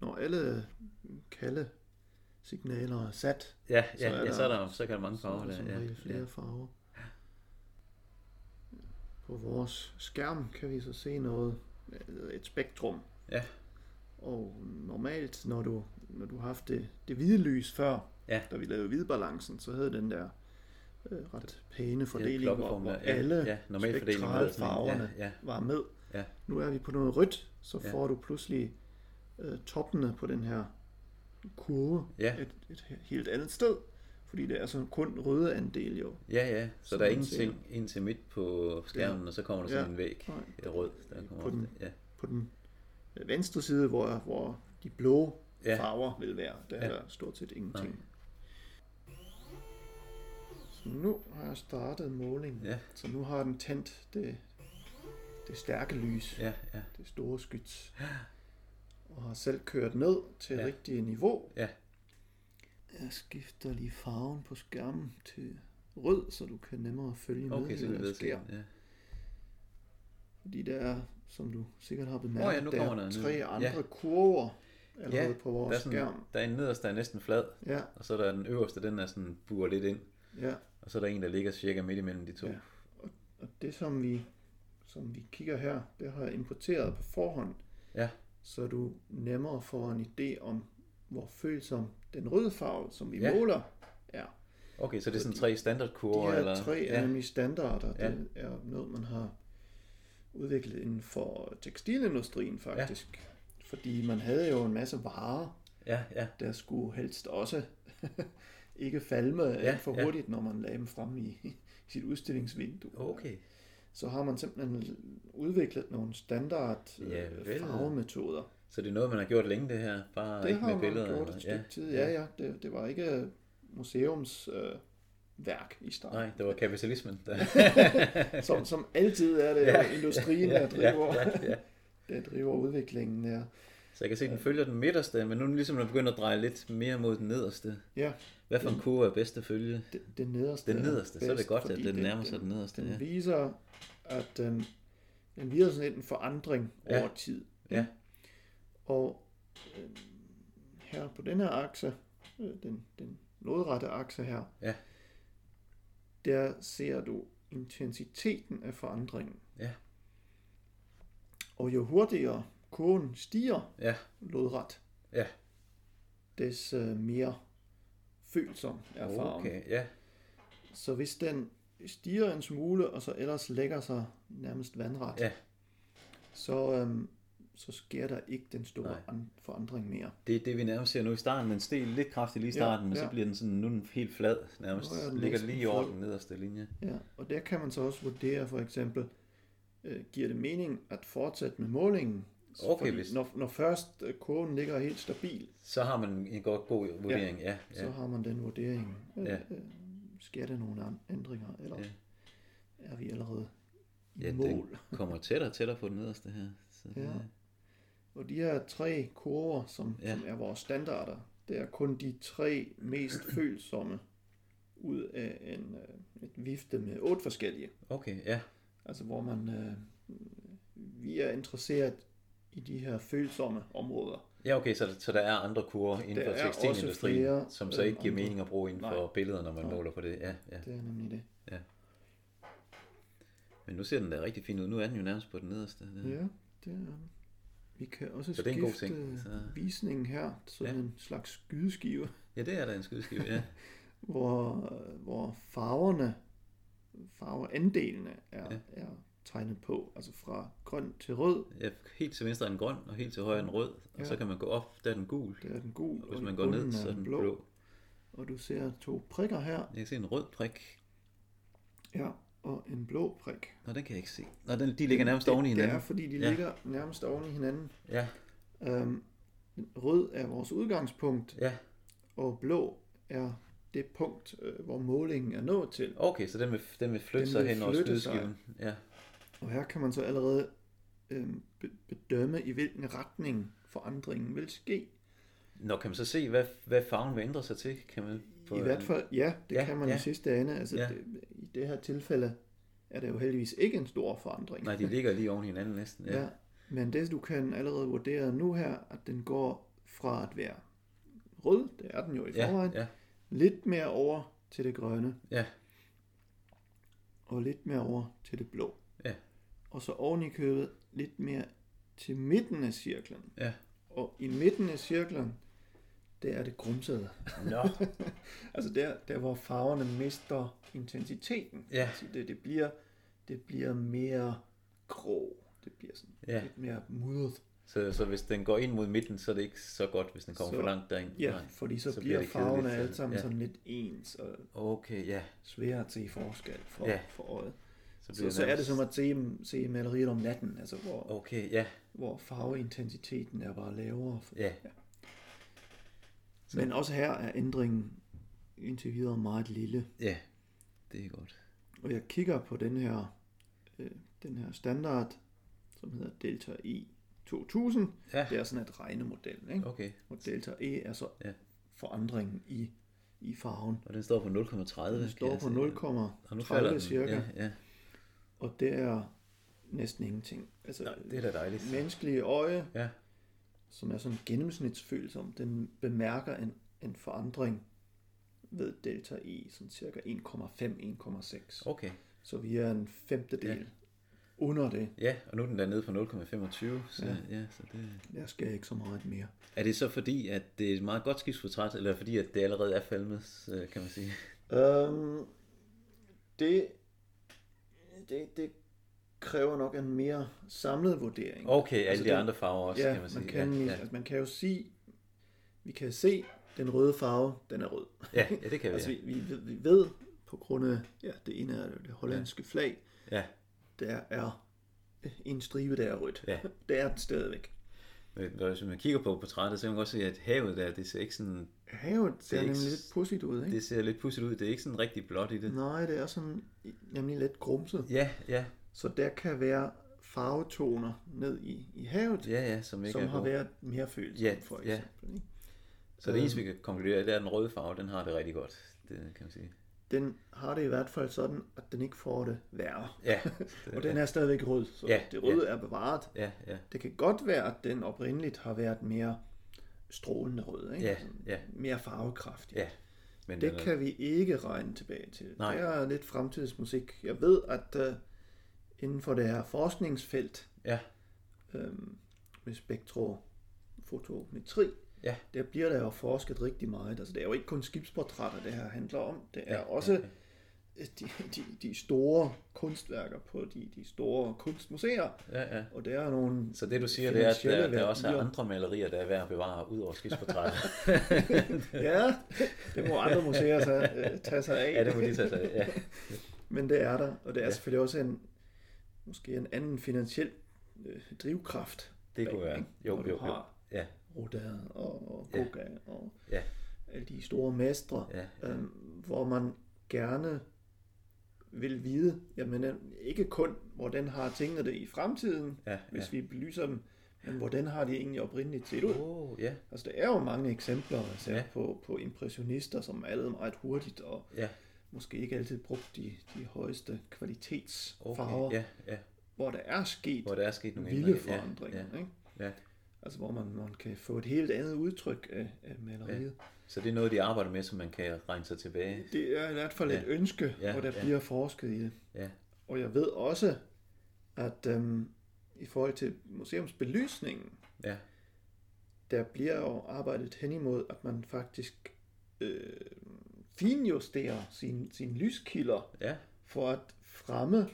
C: Når alle kalde signaler er sat,
B: Ja,
C: Så
B: ja,
C: er
B: så, ja,
C: der-
B: så er der, så kan der mange
C: så er
B: farver
C: der
B: der.
C: som
B: Ja,
C: regel flere
B: ja.
C: farver. På vores skærm kan vi så se noget, øh, et spektrum.
B: Ja.
C: Og normalt, når du, når du har haft det, det hvide lys før,
B: Ja.
C: da vi lavede hvidbalancen, så havde den der øh, ret pæne fordeling,
B: ja,
C: ja, hvor,
B: klokkeform
C: hvor
B: der. ja,
C: alle
B: ja, normal fordeling med sådan en-
C: spektralfarverne.
B: Ja, ja,
C: var med.
B: Ja.
C: Nu er vi på noget rødt, så
B: Ja.
C: får du pludselig øh, toppene på den her kurve
B: ja,
C: et, et he- helt andet sted, fordi det er så kun røde andel jo.
B: ja, ja. Så
C: Som
B: der er
C: man ser.
B: ingenting ind til midt på skærmen, og så kommer der sådan
C: Ja.
B: en væg
C: Nej.
B: af rød, der kommer
C: På
B: op.
C: den.
B: der. Ja,
C: På den øh, venstre side, hvor, hvor de blå
B: Ja.
C: ja. farver vil være, der
B: Ja.
C: ja. er der stort set ingenting.
B: Nej.
C: Så nu har jeg startet målingen,
B: Ja.
C: så nu har den tændt det, det stærke lys.
B: ja, ja.
C: det store skyts. Og har selv kørt ned til
B: Ja.
C: ja. rigtige niveau.
B: Ja.
C: Jeg skifter lige farven på skærmen til rød, så du kan nemmere følge
B: Okay,
C: med,
B: så
C: i,
B: vi
C: hvad der
B: ved til.
C: sker.
B: Ja.
C: Fordi der er, som du sikkert har bemærket,
B: Åh ja, nu
C: der
B: kommer der
C: er
B: en-
C: tre
B: ja.
C: andre kurver allerede på
B: der,
C: vores
B: er sådan,
C: skærm.
B: der er en nederst, der er næsten flad,
C: Ja,
B: og så er der den øverste, den er sådan buer lidt ind.
C: ja.
B: Og så er der en, der ligger cirka midt imellem de to.
C: Ja. Og det, som vi, som vi kigger her, det har jeg importeret på forhånd.
B: Ja.
C: Så du nemmere får en idé om, hvor følsom den røde farve, som vi
B: Ja.
C: ja. måler, er.
B: Okay, så det er sådan
C: Så
B: tre standardkurver?
C: De her
B: eller?
C: tre er
B: ja.
C: nemlig standarder.
B: Ja.
C: Det er noget, man har udviklet inden for tekstilindustrien faktisk. Ja. Fordi man havde jo en masse varer,
B: ja, ja,
C: der skulle helst også *laughs* ikke falme
B: Ja,
C: ja, alt for
B: ja.
C: hurtigt, når man lagde dem frem i sit udstillingsvindue.
B: okay.
C: Så har man simpelthen udviklet nogle standard øh,
B: Ja, vel.
C: farvemetoder.
B: Så det er noget, man har gjort længe, det her? Bare
C: Det
B: ikke
C: har
B: med
C: man
B: billeder?
C: gjort
B: eller-
C: et stykke ja, tid. Ja, ja. Det, det var ikke museumsværk øh, værk i starten.
B: Nej, det var kapitalismen. Der.
C: *laughs* Som, som altid er det ja. industrien, der driver,
B: ja, ja, ja.
C: *laughs* der driver udviklingen der.
B: Så jeg kan se, at den følger den midterste, men nu er den ligesom begyndt at dreje lidt mere mod den nederste.
C: Ja,
B: Hvad
C: Mm.
B: for en kurve er bedst at følge?
C: det, det nederste.
B: Den nederste, så er det godt, at
C: fordi
B: den nærmer sig den nederste,
C: Den
B: ja.
C: viser, at den, den viser sådan lidt en forandring
B: Ja.
C: ja. over tid.
B: Ja.
C: Og øh, her på den her akse, øh, den, den lodrette akse her,
B: Ja.
C: der ser du intensiteten af forandringen.
B: Ja.
C: Og jo hurtigere kurven stiger
B: Ja,
C: lodret,
B: Ja.
C: des øh, mere følsom er farven. Okay.
B: okay. Ja,
C: Så hvis den stiger en smule, og så ellers lægger sig nærmest vandret,
B: Ja.
C: så, øhm, så sker der ikke den store
B: Nej.
C: an- forandring mere.
B: det er det, vi nærmest ser nu i starten. Den steg lidt kraftigt lige
C: Ja,
B: i starten, men så
C: ja.
B: bliver den sådan nu er den helt flad nærmest.
C: Nu er den
B: Ligger
C: næsten
B: lige over
C: flad.
B: den nederste linje.
C: Ja, og der kan man så også vurdere for eksempel, øh, giver det mening at fortsætte med målingen. Så
B: Okay,
C: fordi
B: hvis-
C: når, når først øh, kurven ligger helt stabil,
B: Så har man en godt god vurdering, ja.
C: ja.
B: ja,
C: så har man den vurdering. Øh,
B: Ja.
C: øh, sker der nogle an- ændringer, eller
B: Ja.
C: ja. er vi allerede i
B: Ja,
C: ja,
B: den-
C: mål?
B: Kommer tættere og tættere på den nederste her. Så,
C: Ja. Og de her tre kurver, som,
B: Ja.
C: ja. som er vores standarder, det er kun de tre mest følsomme ud af en, øh, et vifte med otte forskellige.
B: Okay, ja.
C: Altså hvor man, øh, vi er interesseret i de her følsomme områder.
B: Ja, okay, så, så der er andre kurver inden
C: Der
B: for
C: er også
B: tekstilindustrien,
C: flere,
B: som så
C: øh,
B: ikke giver
C: andre.
B: mening at bruge inden for billeder, når man
C: Nej.
B: måler på det. Ja, ja.
C: Det er nemlig det.
B: Men nu ser den da rigtig fin ud. Nu er den jo nærmest på den nederste.
C: Ja, det er Vi kan også
B: Mm. Så det er en
C: skifte
B: god ting, så-
C: visningen her til
B: Ja.
C: ja. en slags skydeskive,
B: ja det er da en skydeskive, ja.
C: hvor, øh, hvor farverne, farveandelene er,
B: Ja.
C: ja. er tegnet på. Altså fra grøn til rød,
B: ja. Helt til venstre er den grøn, og helt til højre er den rød. Og
C: Ja.
B: så kan man gå op, der er den gul.
C: der er den gul,
B: Og hvis
C: i
B: man går ned,
C: bunden
B: så er den blå.
C: Og du ser to prikker her,
B: Jeg kan se en rød prik.
C: ja, og en blå prik.
B: Nå, den kan jeg ikke se. Nå, den, de ligger nærmest oven i
C: Det er,
B: hinanden.
C: fordi de
B: Ja.
C: ja. ligger nærmest oven i hinanden.
B: Ja,
C: Øhm, rød er vores udgangspunkt,
B: ja.
C: og blå er det punkt, øh, hvor målingen er nået til.
B: Okay, så den vil, den vil flytte
C: Den
B: sig
C: vil
B: hen over
C: flytte sig.
B: skydeskiven. Ja,
C: Og her kan man så allerede øhm, be- bedømme, i hvilken retning forandringen vil ske.
B: Nå, kan man så se, hvad, hvad farven vil ændre sig til? Kan man på,
C: I hvert fald, ja, det
B: Ja,
C: ja, kan man
B: ja.
C: ja. i sidste ende. Altså,
B: Ja.
C: ja. det, I det her tilfælde er det jo heldigvis ikke en stor forandring.
B: Nej, de ligger lige oven i hinanden næsten. Ja.
C: ja. Ja, men det du kan allerede vurdere nu her, at den går fra at være rød, det er den jo i
B: ja,
C: forvejen,
B: ja.
C: lidt mere over til det grønne.
B: Ja.
C: Og lidt mere over til det blå.
B: Ja.
C: Og så oven i købet lidt mere til midten af cirklen.
B: Ja.
C: Og i midten af cirklen, det er det grumsede.
B: Nå.
C: Altså der, der hvor farverne mister intensiteten.
B: Ja.
C: Altså det, det, bliver, det bliver mere grå. Det bliver sådan
B: Ja.
C: lidt mere mudret.
B: Så, så hvis den går ind mod midten, så er det ikke så godt, hvis den kommer
C: Så-
B: for langt derind.
C: Ja,
B: Nej.
C: fordi så,
B: så
C: så
B: bliver
C: bliver,
B: det kedeligt,
C: farverne
B: så-
C: alle sammen
B: ja.
C: ja. sådan lidt ens og
B: Okay, ja.
C: svære at se forskel for,
B: Ja.
C: ja. for øjet.
B: bliver
C: Så, så er det
B: nærmest-
C: som at se, se maleriet om natten, altså hvor,
B: Okay, ja.
C: hvor farveintensiteten er bare lavere.
B: Ja,
C: Men også her er ændringen indtil videre meget lille.
B: ja. Det er godt.
C: Og jeg kigger på den her, øh, den her standard, som hedder Delta E 2000.
B: Ja.
C: Det er sådan et regnemodel, ikke?
B: Okay.
C: Og Delta E er så
B: Ja.
C: forandringen i, i farven.
B: Og den står på 0,30.
C: Den
B: kan jeg
C: står på
B: se. Og nu
C: 0,30
B: falder den.
C: cirka,
B: Ja, ja.
C: og det er næsten ingenting. Altså,
B: Nå, det er da dejligt.
C: menneskelige øje,
B: Ja.
C: som er sådan gennemsnitsfølsom, den bemærker en, en forandring ved delta E, sådan cirka 1,5-1,6.
B: Okay.
C: Så vi er en femtedel under det.
B: Ja, og nu er den der nede på 0,25. Så, ja. ja. så det...
C: Jeg skal ikke så meget mere.
B: Er det så fordi, at det er et meget godt skibsportræt, eller fordi, at det allerede er falmet, øh, kan man sige?
C: Øhm, det, det, det kræver nok en mere samlet vurdering.
B: Okay, alle altså,
C: Altså,
B: de
C: den-
B: andre farver også,
C: ja,
B: kan man sige.
C: Man kan,
B: ja, ja.
C: Altså, man kan jo sige, vi kan se, den røde farve, den er rød.
B: ja, ja, det kan vi.
C: Altså,
B: Altså,
C: vi, vi, ved- vi ved, på grund af ja, det ene er jo det hollandske flag,
B: ja.
C: der er øh, en stribe, der er rødt.
B: Ja.
C: *laughs* Det er den stadigvæk.
B: Men Hvis man kigger på portrættet, så kan man godt se, at havet der, det ser ikke sådan,
C: Havet ser
B: ikke
C: nemlig
B: s-
C: lidt pudsigt ud, ikke?
B: det ser lidt pudsigt ud. Det er ikke sådan rigtig blåt i det.
C: Nej, det er sådan i- nemlig lidt grumset.
B: Ja, ja,
C: Så der kan være farvetoner ned i, i havet,
B: ja, ja, som ikke
C: som
B: er
C: har
B: god.
C: været mere følsomme,
B: Ja,
C: for
B: ja.
C: eksempel. Ikke?
B: Så det eneste, vi kan konkludere, det er, at den røde farve, den har det rigtig godt. Det kan man sige.
C: Den har det i hvert fald sådan, at den ikke får det værre.
B: *laughs* Ja,
C: Og den er stadigvæk rød, så
B: Ja,
C: det røde er bevaret.
B: ja, ja,
C: Det kan godt være, at den oprindeligt har været mere strålende rød, ikke?
B: ja, ja,
C: mere farvekraftig.
B: ja. Men
C: Det
B: den er-
C: kan vi ikke regne tilbage til.
B: Nej.
C: Det er lidt fremtidsmusik. Jeg ved, at uh, inden for det her forskningsfelt
B: Ja,
C: øhm, med spektrofotometri,
B: Ja.
C: der bliver der jo forsket rigtig meget. Altså, det er jo ikke kun skibsportrætter, det her handler om. Det er
B: Ja,
C: også
B: ja,
C: øh, De, de, de store kunstværker på de, de store kunstmuseer.
B: ja, ja.
C: Og der er nogle
B: Så det, du siger, det er, at der,
C: finansielle
B: der også er
C: værdier.
B: andre malerier, der er værd at bevare ud
C: *laughs*
B: over skibsportrættet.
C: Ja, *laughs* det må andre museer så, øh, tage sig af.
B: ja, det må de tage sig af. Ja.
C: Men det er der, og det er
B: Ja.
C: ja. selvfølgelig også en måske en anden finansiel øh, drivkraft.
B: Det
C: bag,
B: kunne være.
C: ikke?
B: Jo,
C: Hvor
B: jo,
C: du
B: jo.
C: har
B: Ja,
C: Roda og, og
B: Ja.
C: Goga og
B: Ja.
C: alle de store mestre,
B: ja.
C: øhm, hvor man gerne vil vide, jamen øh, ikke kun, hvordan har tingene det i fremtiden,
B: Ja,
C: hvis vi belyser dem, men hvordan har de egentlig oprindeligt set ud?
B: Oh, ja,
C: Altså, der er jo mange eksempler altså,
B: Ja.
C: ja. på, på impressionister, som malede meget hurtigt, og
B: ja.
C: måske ikke altid brugt de, de højeste kvalitetsfarver,
B: Okay.
C: okay, ja.
B: Ja, ja.
C: hvor der er sket
B: Hvor der er sket nogle
C: vilde
B: ændringer. Ja,
C: forandringer.
B: Ja,
C: Ikke?
B: ja.
C: Altså, hvor man, man kan få et helt andet udtryk af, af maleriet.
B: Så det er noget, de arbejder med, som man kan regne sig tilbage.
C: Det er i hvert fald
B: Ja.
C: et ønske,
B: Ja,
C: ja, hvor der
B: ja.
C: ja. bliver forsket i det.
B: Ja.
C: Og jeg ved også, at øhm, i forhold til museumsbelysningen,
B: Ja.
C: der bliver jo arbejdet hen imod, at man faktisk øh, finjusterer sine sin lyskilder
B: Ja,
C: for at fremme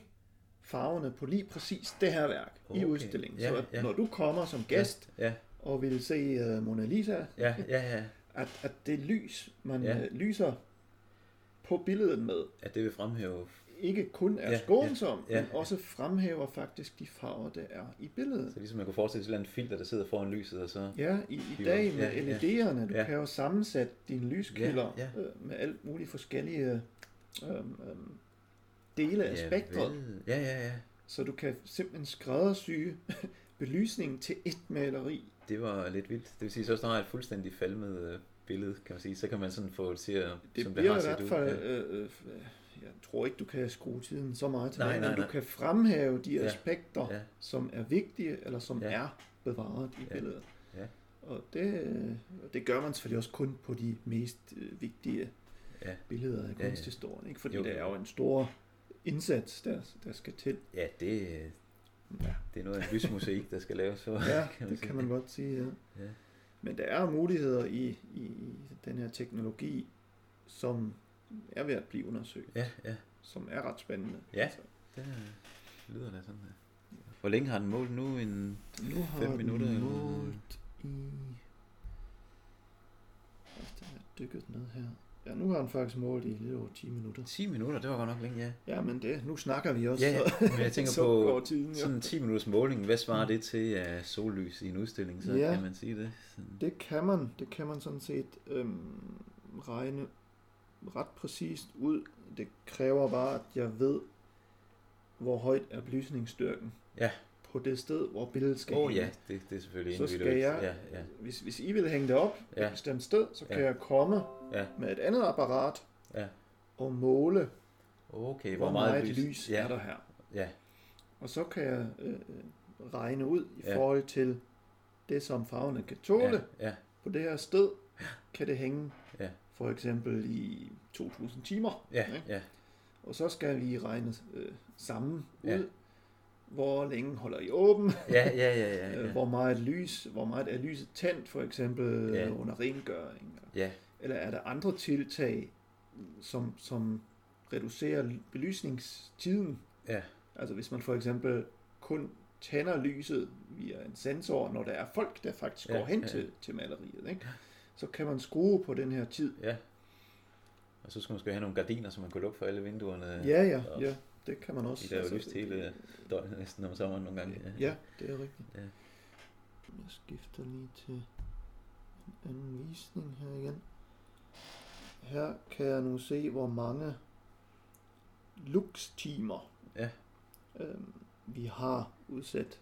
C: farverne på lige præcis det her værk okay.
B: Okay.
C: i udstillingen.
B: Ja,
C: så at
B: ja.
C: når du kommer som gæst
B: ja,
C: og vil se uh, Mona Lisa,
B: ja, ja, ja.
C: at, at det lys, man
B: Ja.
C: ja. lyser på billedet med,
B: At det vil fremhæve.
C: ikke kun er
B: Ja,
C: ja,
B: ja,
C: skånsom,
B: ja.
C: ja, men også fremhæver faktisk de farver, der er i billedet.
B: Så ligesom man kunne forestille sig et eller andet filter, der sidder foran lyset, og så...
C: Ja, i, i
B: Skiver.
C: dag med
B: Ja, ja.
C: LED'erne, du
B: Ja.
C: kan jo sammensætte dine lyskilder
B: Ja,
C: ja, ja. Øh, med alt muligt forskellige øhm, øhm, dele af ja, spektret, vel.
B: vel. Ja, ja, ja.
C: så du kan simpelthen skræddersy *laughs* belysningen til et maleri.
B: Det var lidt vildt. Det vil sige, så snart har et fuldstændig falmet øh, billede, kan man sige. Så kan man sådan få det til at...
C: Det
B: som det
C: bliver
B: har
C: i
B: set
C: hvert
B: ud.
C: fald,
B: Ja.
C: øh, øh, jeg tror ikke, du kan skrue tiden så meget tilbage,
B: Nej, nej,
C: men
B: nej.
C: du kan fremhæve de
B: Ja,
C: aspekter,
B: ja.
C: som er vigtige, eller som
B: Ja.
C: ja. er bevaret i
B: Ja,
C: billedet.
B: ja.
C: Og det, øh, det gør man selvfølgelig også kun på de mest øh, vigtige
B: Ja.
C: billeder af
B: ja.
C: kunsthistorien, ikke? fordi
B: Jo,
C: jo, der er
B: jo.
C: jo en stor indsats, der, der skal til.
B: ja, det,
C: Ja,
B: det er noget af en lysmusik, der skal laves. Så,
C: ja
B: man
C: det
B: sige.
C: kan man godt sige. Ja.
B: Ja.
C: Men der er muligheder i, i, i den her teknologi, som er ved at blive undersøgt,
B: Ja, ja.
C: som er ret spændende.
B: Ja.
C: Altså,
B: Det lyder da sådan her. Hvor længe har den målt nu? En
C: nu har
B: 5
C: den
B: minutter? eller-
C: målt i... Altså, den er dykket ned her. Ja, nu har den faktisk målt i lidt over 10 minutter.
B: 10 minutter, det var godt nok længe, ja.
C: Ja, men det, nu snakker vi også.
B: Ja, ja.
C: så-
B: Men jeg
C: *laughs*
B: tænker
C: så
B: på
C: går tiden, jo. Mm.
B: sådan en 10 minutters måling. Hvad svarer det til af sollys i en udstilling? Så
C: Ja.
B: kan man sige det. Sådan.
C: Det kan man. Det kan man sådan set øhm, regne ret præcist ud. Det kræver bare, at jeg ved, hvor højt er belysningsstyrken
B: Ja.
C: på det sted, hvor billedet skal
B: Åh oh,
C: hænge.
B: ja, det, det er selvfølgelig
C: Så skal
B: individuelt.
C: jeg,
B: Ja, ja.
C: Hvis, hvis I vil hænge det op ja.
B: Ja.
C: et bestemt sted, så kan
B: Ja.
C: jeg komme
B: Ja.
C: med et andet apparat
B: Ja.
C: og måle, hvor,
B: Okay,
C: hvor meget, meget lys, lys
B: ja.
C: er der her.
B: Ja,
C: Og så kan jeg øh, øh, regne ud i
B: Ja.
C: forhold til det, som farverne kan tåle.
B: ja, ja,
C: på det her sted kan det hænge
B: Ja.
C: for eksempel i 2000 timer.
B: ja,
C: ikke?
B: ja,
C: Og så skal vi regne øh, sammen ud,
B: Ja.
C: hvor længe holder I åben,
B: ja, ja, ja,
C: *laughs*
B: ja,
C: ja.
B: ja.
C: hvor meget lys, hvor meget er lyset tændt for eksempel
B: Ja.
C: ja. under rengøring. eller-
B: Ja.
C: Eller er der andre tiltag, som, som reducerer l- belysningstiden?
B: Ja.
C: Altså hvis man for eksempel kun tænder lyset via en sensor, når der er folk, der faktisk
B: Ja,
C: går hen
B: ja.
C: Til, til maleriet, ikke? så kan man skrue på den her tid.
B: ja. Og så skulle man skulle have nogle gardiner, så man kunne lukke for alle vinduerne
C: Ja, ja,
B: og-
C: ja. Det kan man også. Altså,
B: I der er jo lyst
C: det-
B: til hele døgnet næsten om sommeren nogle gange.
C: Ja, det er rigtigt.
B: Ja.
C: Jeg skifter lige til en anden visning her igen. Her kan jeg nu se, hvor mange lux-timer
B: Ja.
C: øhm, vi har udsat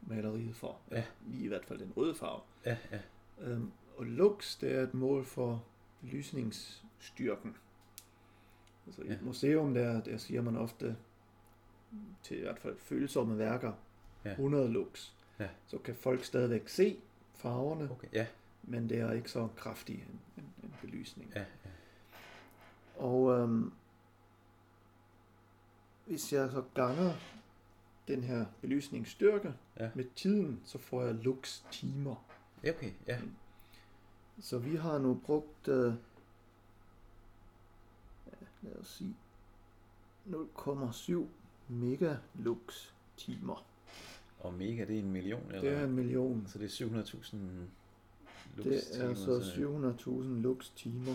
C: maleriet for.
B: Ja.
C: I, I hvert fald den røde farve.
B: ja, ja.
C: Øhm, og lux, det er et mål for belysningsstyrken. Altså i
B: Ja.
C: et museum, der, der siger man ofte, til i hvert fald følsomme værker,
B: Ja.
C: ja. 100 lux.
B: Ja.
C: Så kan folk stadigvæk se farverne,
B: Okay, ja,
C: men det er ikke så kraftig en, en, en belysning.
B: ja, ja.
C: Og øhm, hvis jeg så ganger den her belysningsstyrke
B: Ja.
C: med tiden, så får jeg lux timer.
B: Ja, Okay, ja,
C: Så vi har nu brugt, øh, ja, lad os sige, 0,7 megalux timer.
B: og mega, det er en million, eller?
C: Det er en million.
B: Så det er 700.000 lux
C: altså Det er så 700.000 lux timer.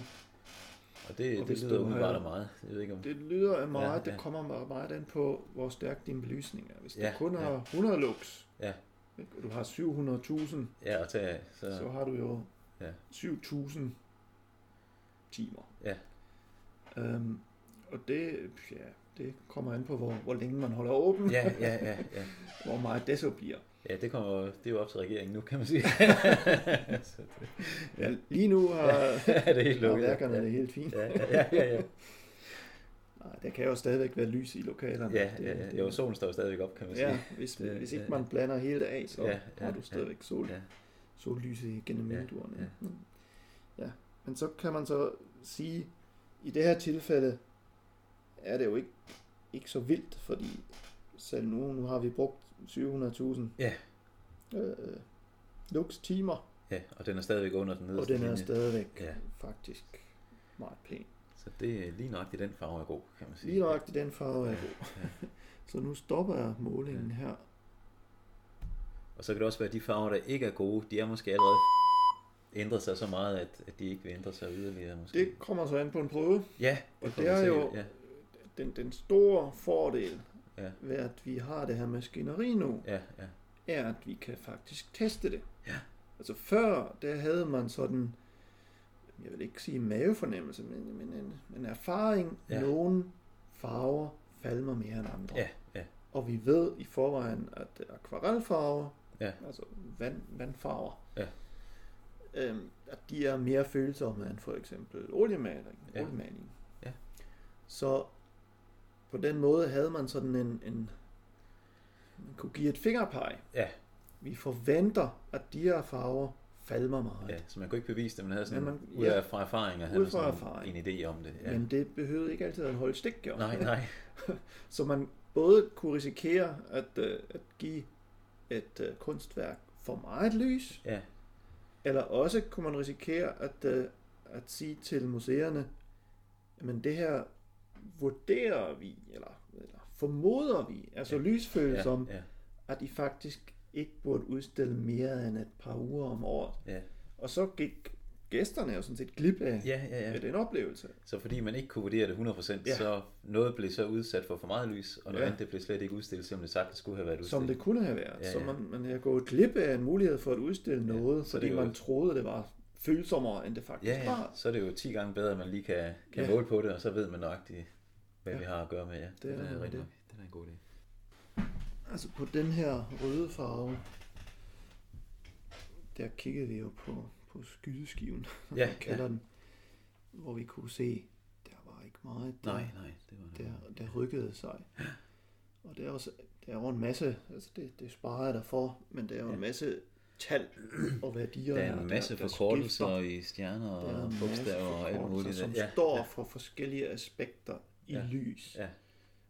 B: Og
C: Og
B: det, det
C: hvis
B: lyder
C: den,
B: umiddelbart
C: øh,
B: af meget. Jeg ved ikke om...
C: Det lyder af meget,
B: Ja,
C: ja,
B: ja.
C: det kommer meget, meget an på, hvor stærk din belysning er. Hvis ja,
B: Ja,
C: du kun
B: ja.
C: har 100 lux,
B: Ja.
C: ikke, og du har 700.000, ja.
B: Ja, og tage, så...
C: så har du jo
B: Ja.
C: ja. 7.000 timer.
B: Ja.
C: Øhm, og det, ja, det kommer an på, hvor, hvor længe man holder åben,
B: Ja, ja, ja, ja.
C: hvor meget det så bliver.
B: Ja, det, kommer, det er jo op til regeringen nu, kan
C: *laughs*
B: man sige. så det,
C: Ja. Lige nu har,
B: ja, *laughs* det er helt
C: har
B: lukket.
C: værkerne
B: ja.
C: det helt fint.
B: Ja, ja, ja, ja.
C: Nej, der kan jo stadigvæk være lys i lokalerne.
B: ja, ja, ja. Jo, solen står jo stadigvæk op, kan man sige.
C: Ja, hvis,
B: Det-
C: det, hvis
B: det-
C: ikke man blander hele af, så
B: Ja,
C: ja,
B: ja,
C: ja, har
B: ja.
C: du stadigvæk sol, ja.
B: ja.
C: sollyset gennem
B: Ja,
C: vinduerne.
B: ja.
C: Mm. ja, men så kan man så sige, i det her tilfælde er det jo ikke, ikke så vildt, fordi selv nu, nu har vi brugt 700.000
B: Ja.
C: øh, lux-timer,
B: ja, og den er stadigvæk under den
C: og
B: nederste
C: den er
B: linje.
C: stadigvæk
B: Ja.
C: ja. faktisk meget pæn.
B: Så det er lige nøjagtigt den farve er god, kan man sige.
C: Lige nøjagtigt den farve er god. *laughs* så nu stopper jeg målingen her.
B: Og så kan det også være, at de farver, der ikke er gode, de er måske allerede ændret sig så meget, at, at de ikke vil ændre sig yderligere. Måske.
C: Det kommer så an på en prøve.
B: ja,
C: og
B: får
C: det
B: man
C: er
B: se.
C: jo-
B: Ja,
C: den, den store fordel
B: Ja.
C: ja. ved, at vi har det her maskineri nu,
B: ja, ja.
C: er, at vi kan faktisk teste det.
B: Ja.
C: Altså før, der havde man sådan, jeg vil ikke sige mavefornemmelse, men, men en, en erfaring,
B: Ja.
C: ja. nogle farver falmer mere end andre.
B: Ja, ja.
C: Og vi ved i forvejen, at akvarelfarver,
B: Ja.
C: altså vand, vandfarver,
B: Ja.
C: øhm, at de er mere følsomme end for eksempel oliemaling.
B: Ja.
C: oliemaling.
B: Ja.
C: Så på den måde havde man sådan en, en man kunne give et fingerpeg.
B: Ja.
C: Vi forventer, at de her farver falmer meget.
B: ja, så man kunne ikke bevise det, man havde sådan
C: Men
B: man,
C: man-
B: ud
C: ja.
B: af fra erfaringer, havde
C: Ud
B: man
C: fra
B: sådan
C: erfaring.
B: en idé om det. Ja.
C: Men det behøvede ikke altid at holde stik, jo.
B: Nej, nej.
C: Så man både kunne risikere at, øh, at give et øh, kunstværk for meget lys,
B: Ja,
C: eller også kunne man risikere at, øh, at sige til museerne, men det her vurderer vi, eller, eller formoder vi, altså ja.
B: ja,
C: lysfølsom,
B: ja,
C: at I faktisk ikke burde udstille mere end et par uger om året.
B: ja,
C: Og så gik gæsterne jo sådan set glip af,
B: ja, ja,
C: af
B: ja.
C: den oplevelse.
B: Så fordi man ikke kunne vurdere det 100%, ja.
C: Ja.
B: så noget blev så udsat for for meget lys, og noget ja.
C: Ja.
B: andet det blev slet ikke udstillet, som det sagtens skulle have været udstillet.
C: Som det kunne have været.
B: Ja,
C: Ja, ja. Så
B: ja.
C: man, man er gået glip af en mulighed for at udstille
B: Ja,
C: ja, noget,
B: så
C: fordi
B: det er jo-
C: man troede, det var følsommere, end det faktisk
B: Ja, ja,
C: var.
B: så er det jo 10 gange bedre, at man lige kan, kan ja.
C: Ja.
B: måle på det, og så ved man nøjagtigt, hvad ja.
C: Ja.
B: vi har at gøre med. Ja, det,
C: er
B: det er
C: nemlig
B: rigtig
C: det.
B: nok. Det er en god idé.
C: Altså på den her røde farve, der kiggede vi jo på, på skydeskiven, *laughs* som
B: Ja,
C: man kalder den, hvor vi kunne se, der var ikke meget. Der,
B: Nej, nej, det var det.
C: der, der rykkede sig. Og der er, også, der er jo en masse, altså det, det sparer jeg dig for, men der er jo en masse tal og værdier.
B: Der er en masse
C: der
B: forkortelser
C: skifter.
B: i stjerner
C: Der er
B: og
C: en masse
B: bogstaver og alt
C: forkortelser,
B: muligt.
C: som
B: ja.
C: står for forskellige aspekter i
B: Ja.
C: lys.
B: Ja.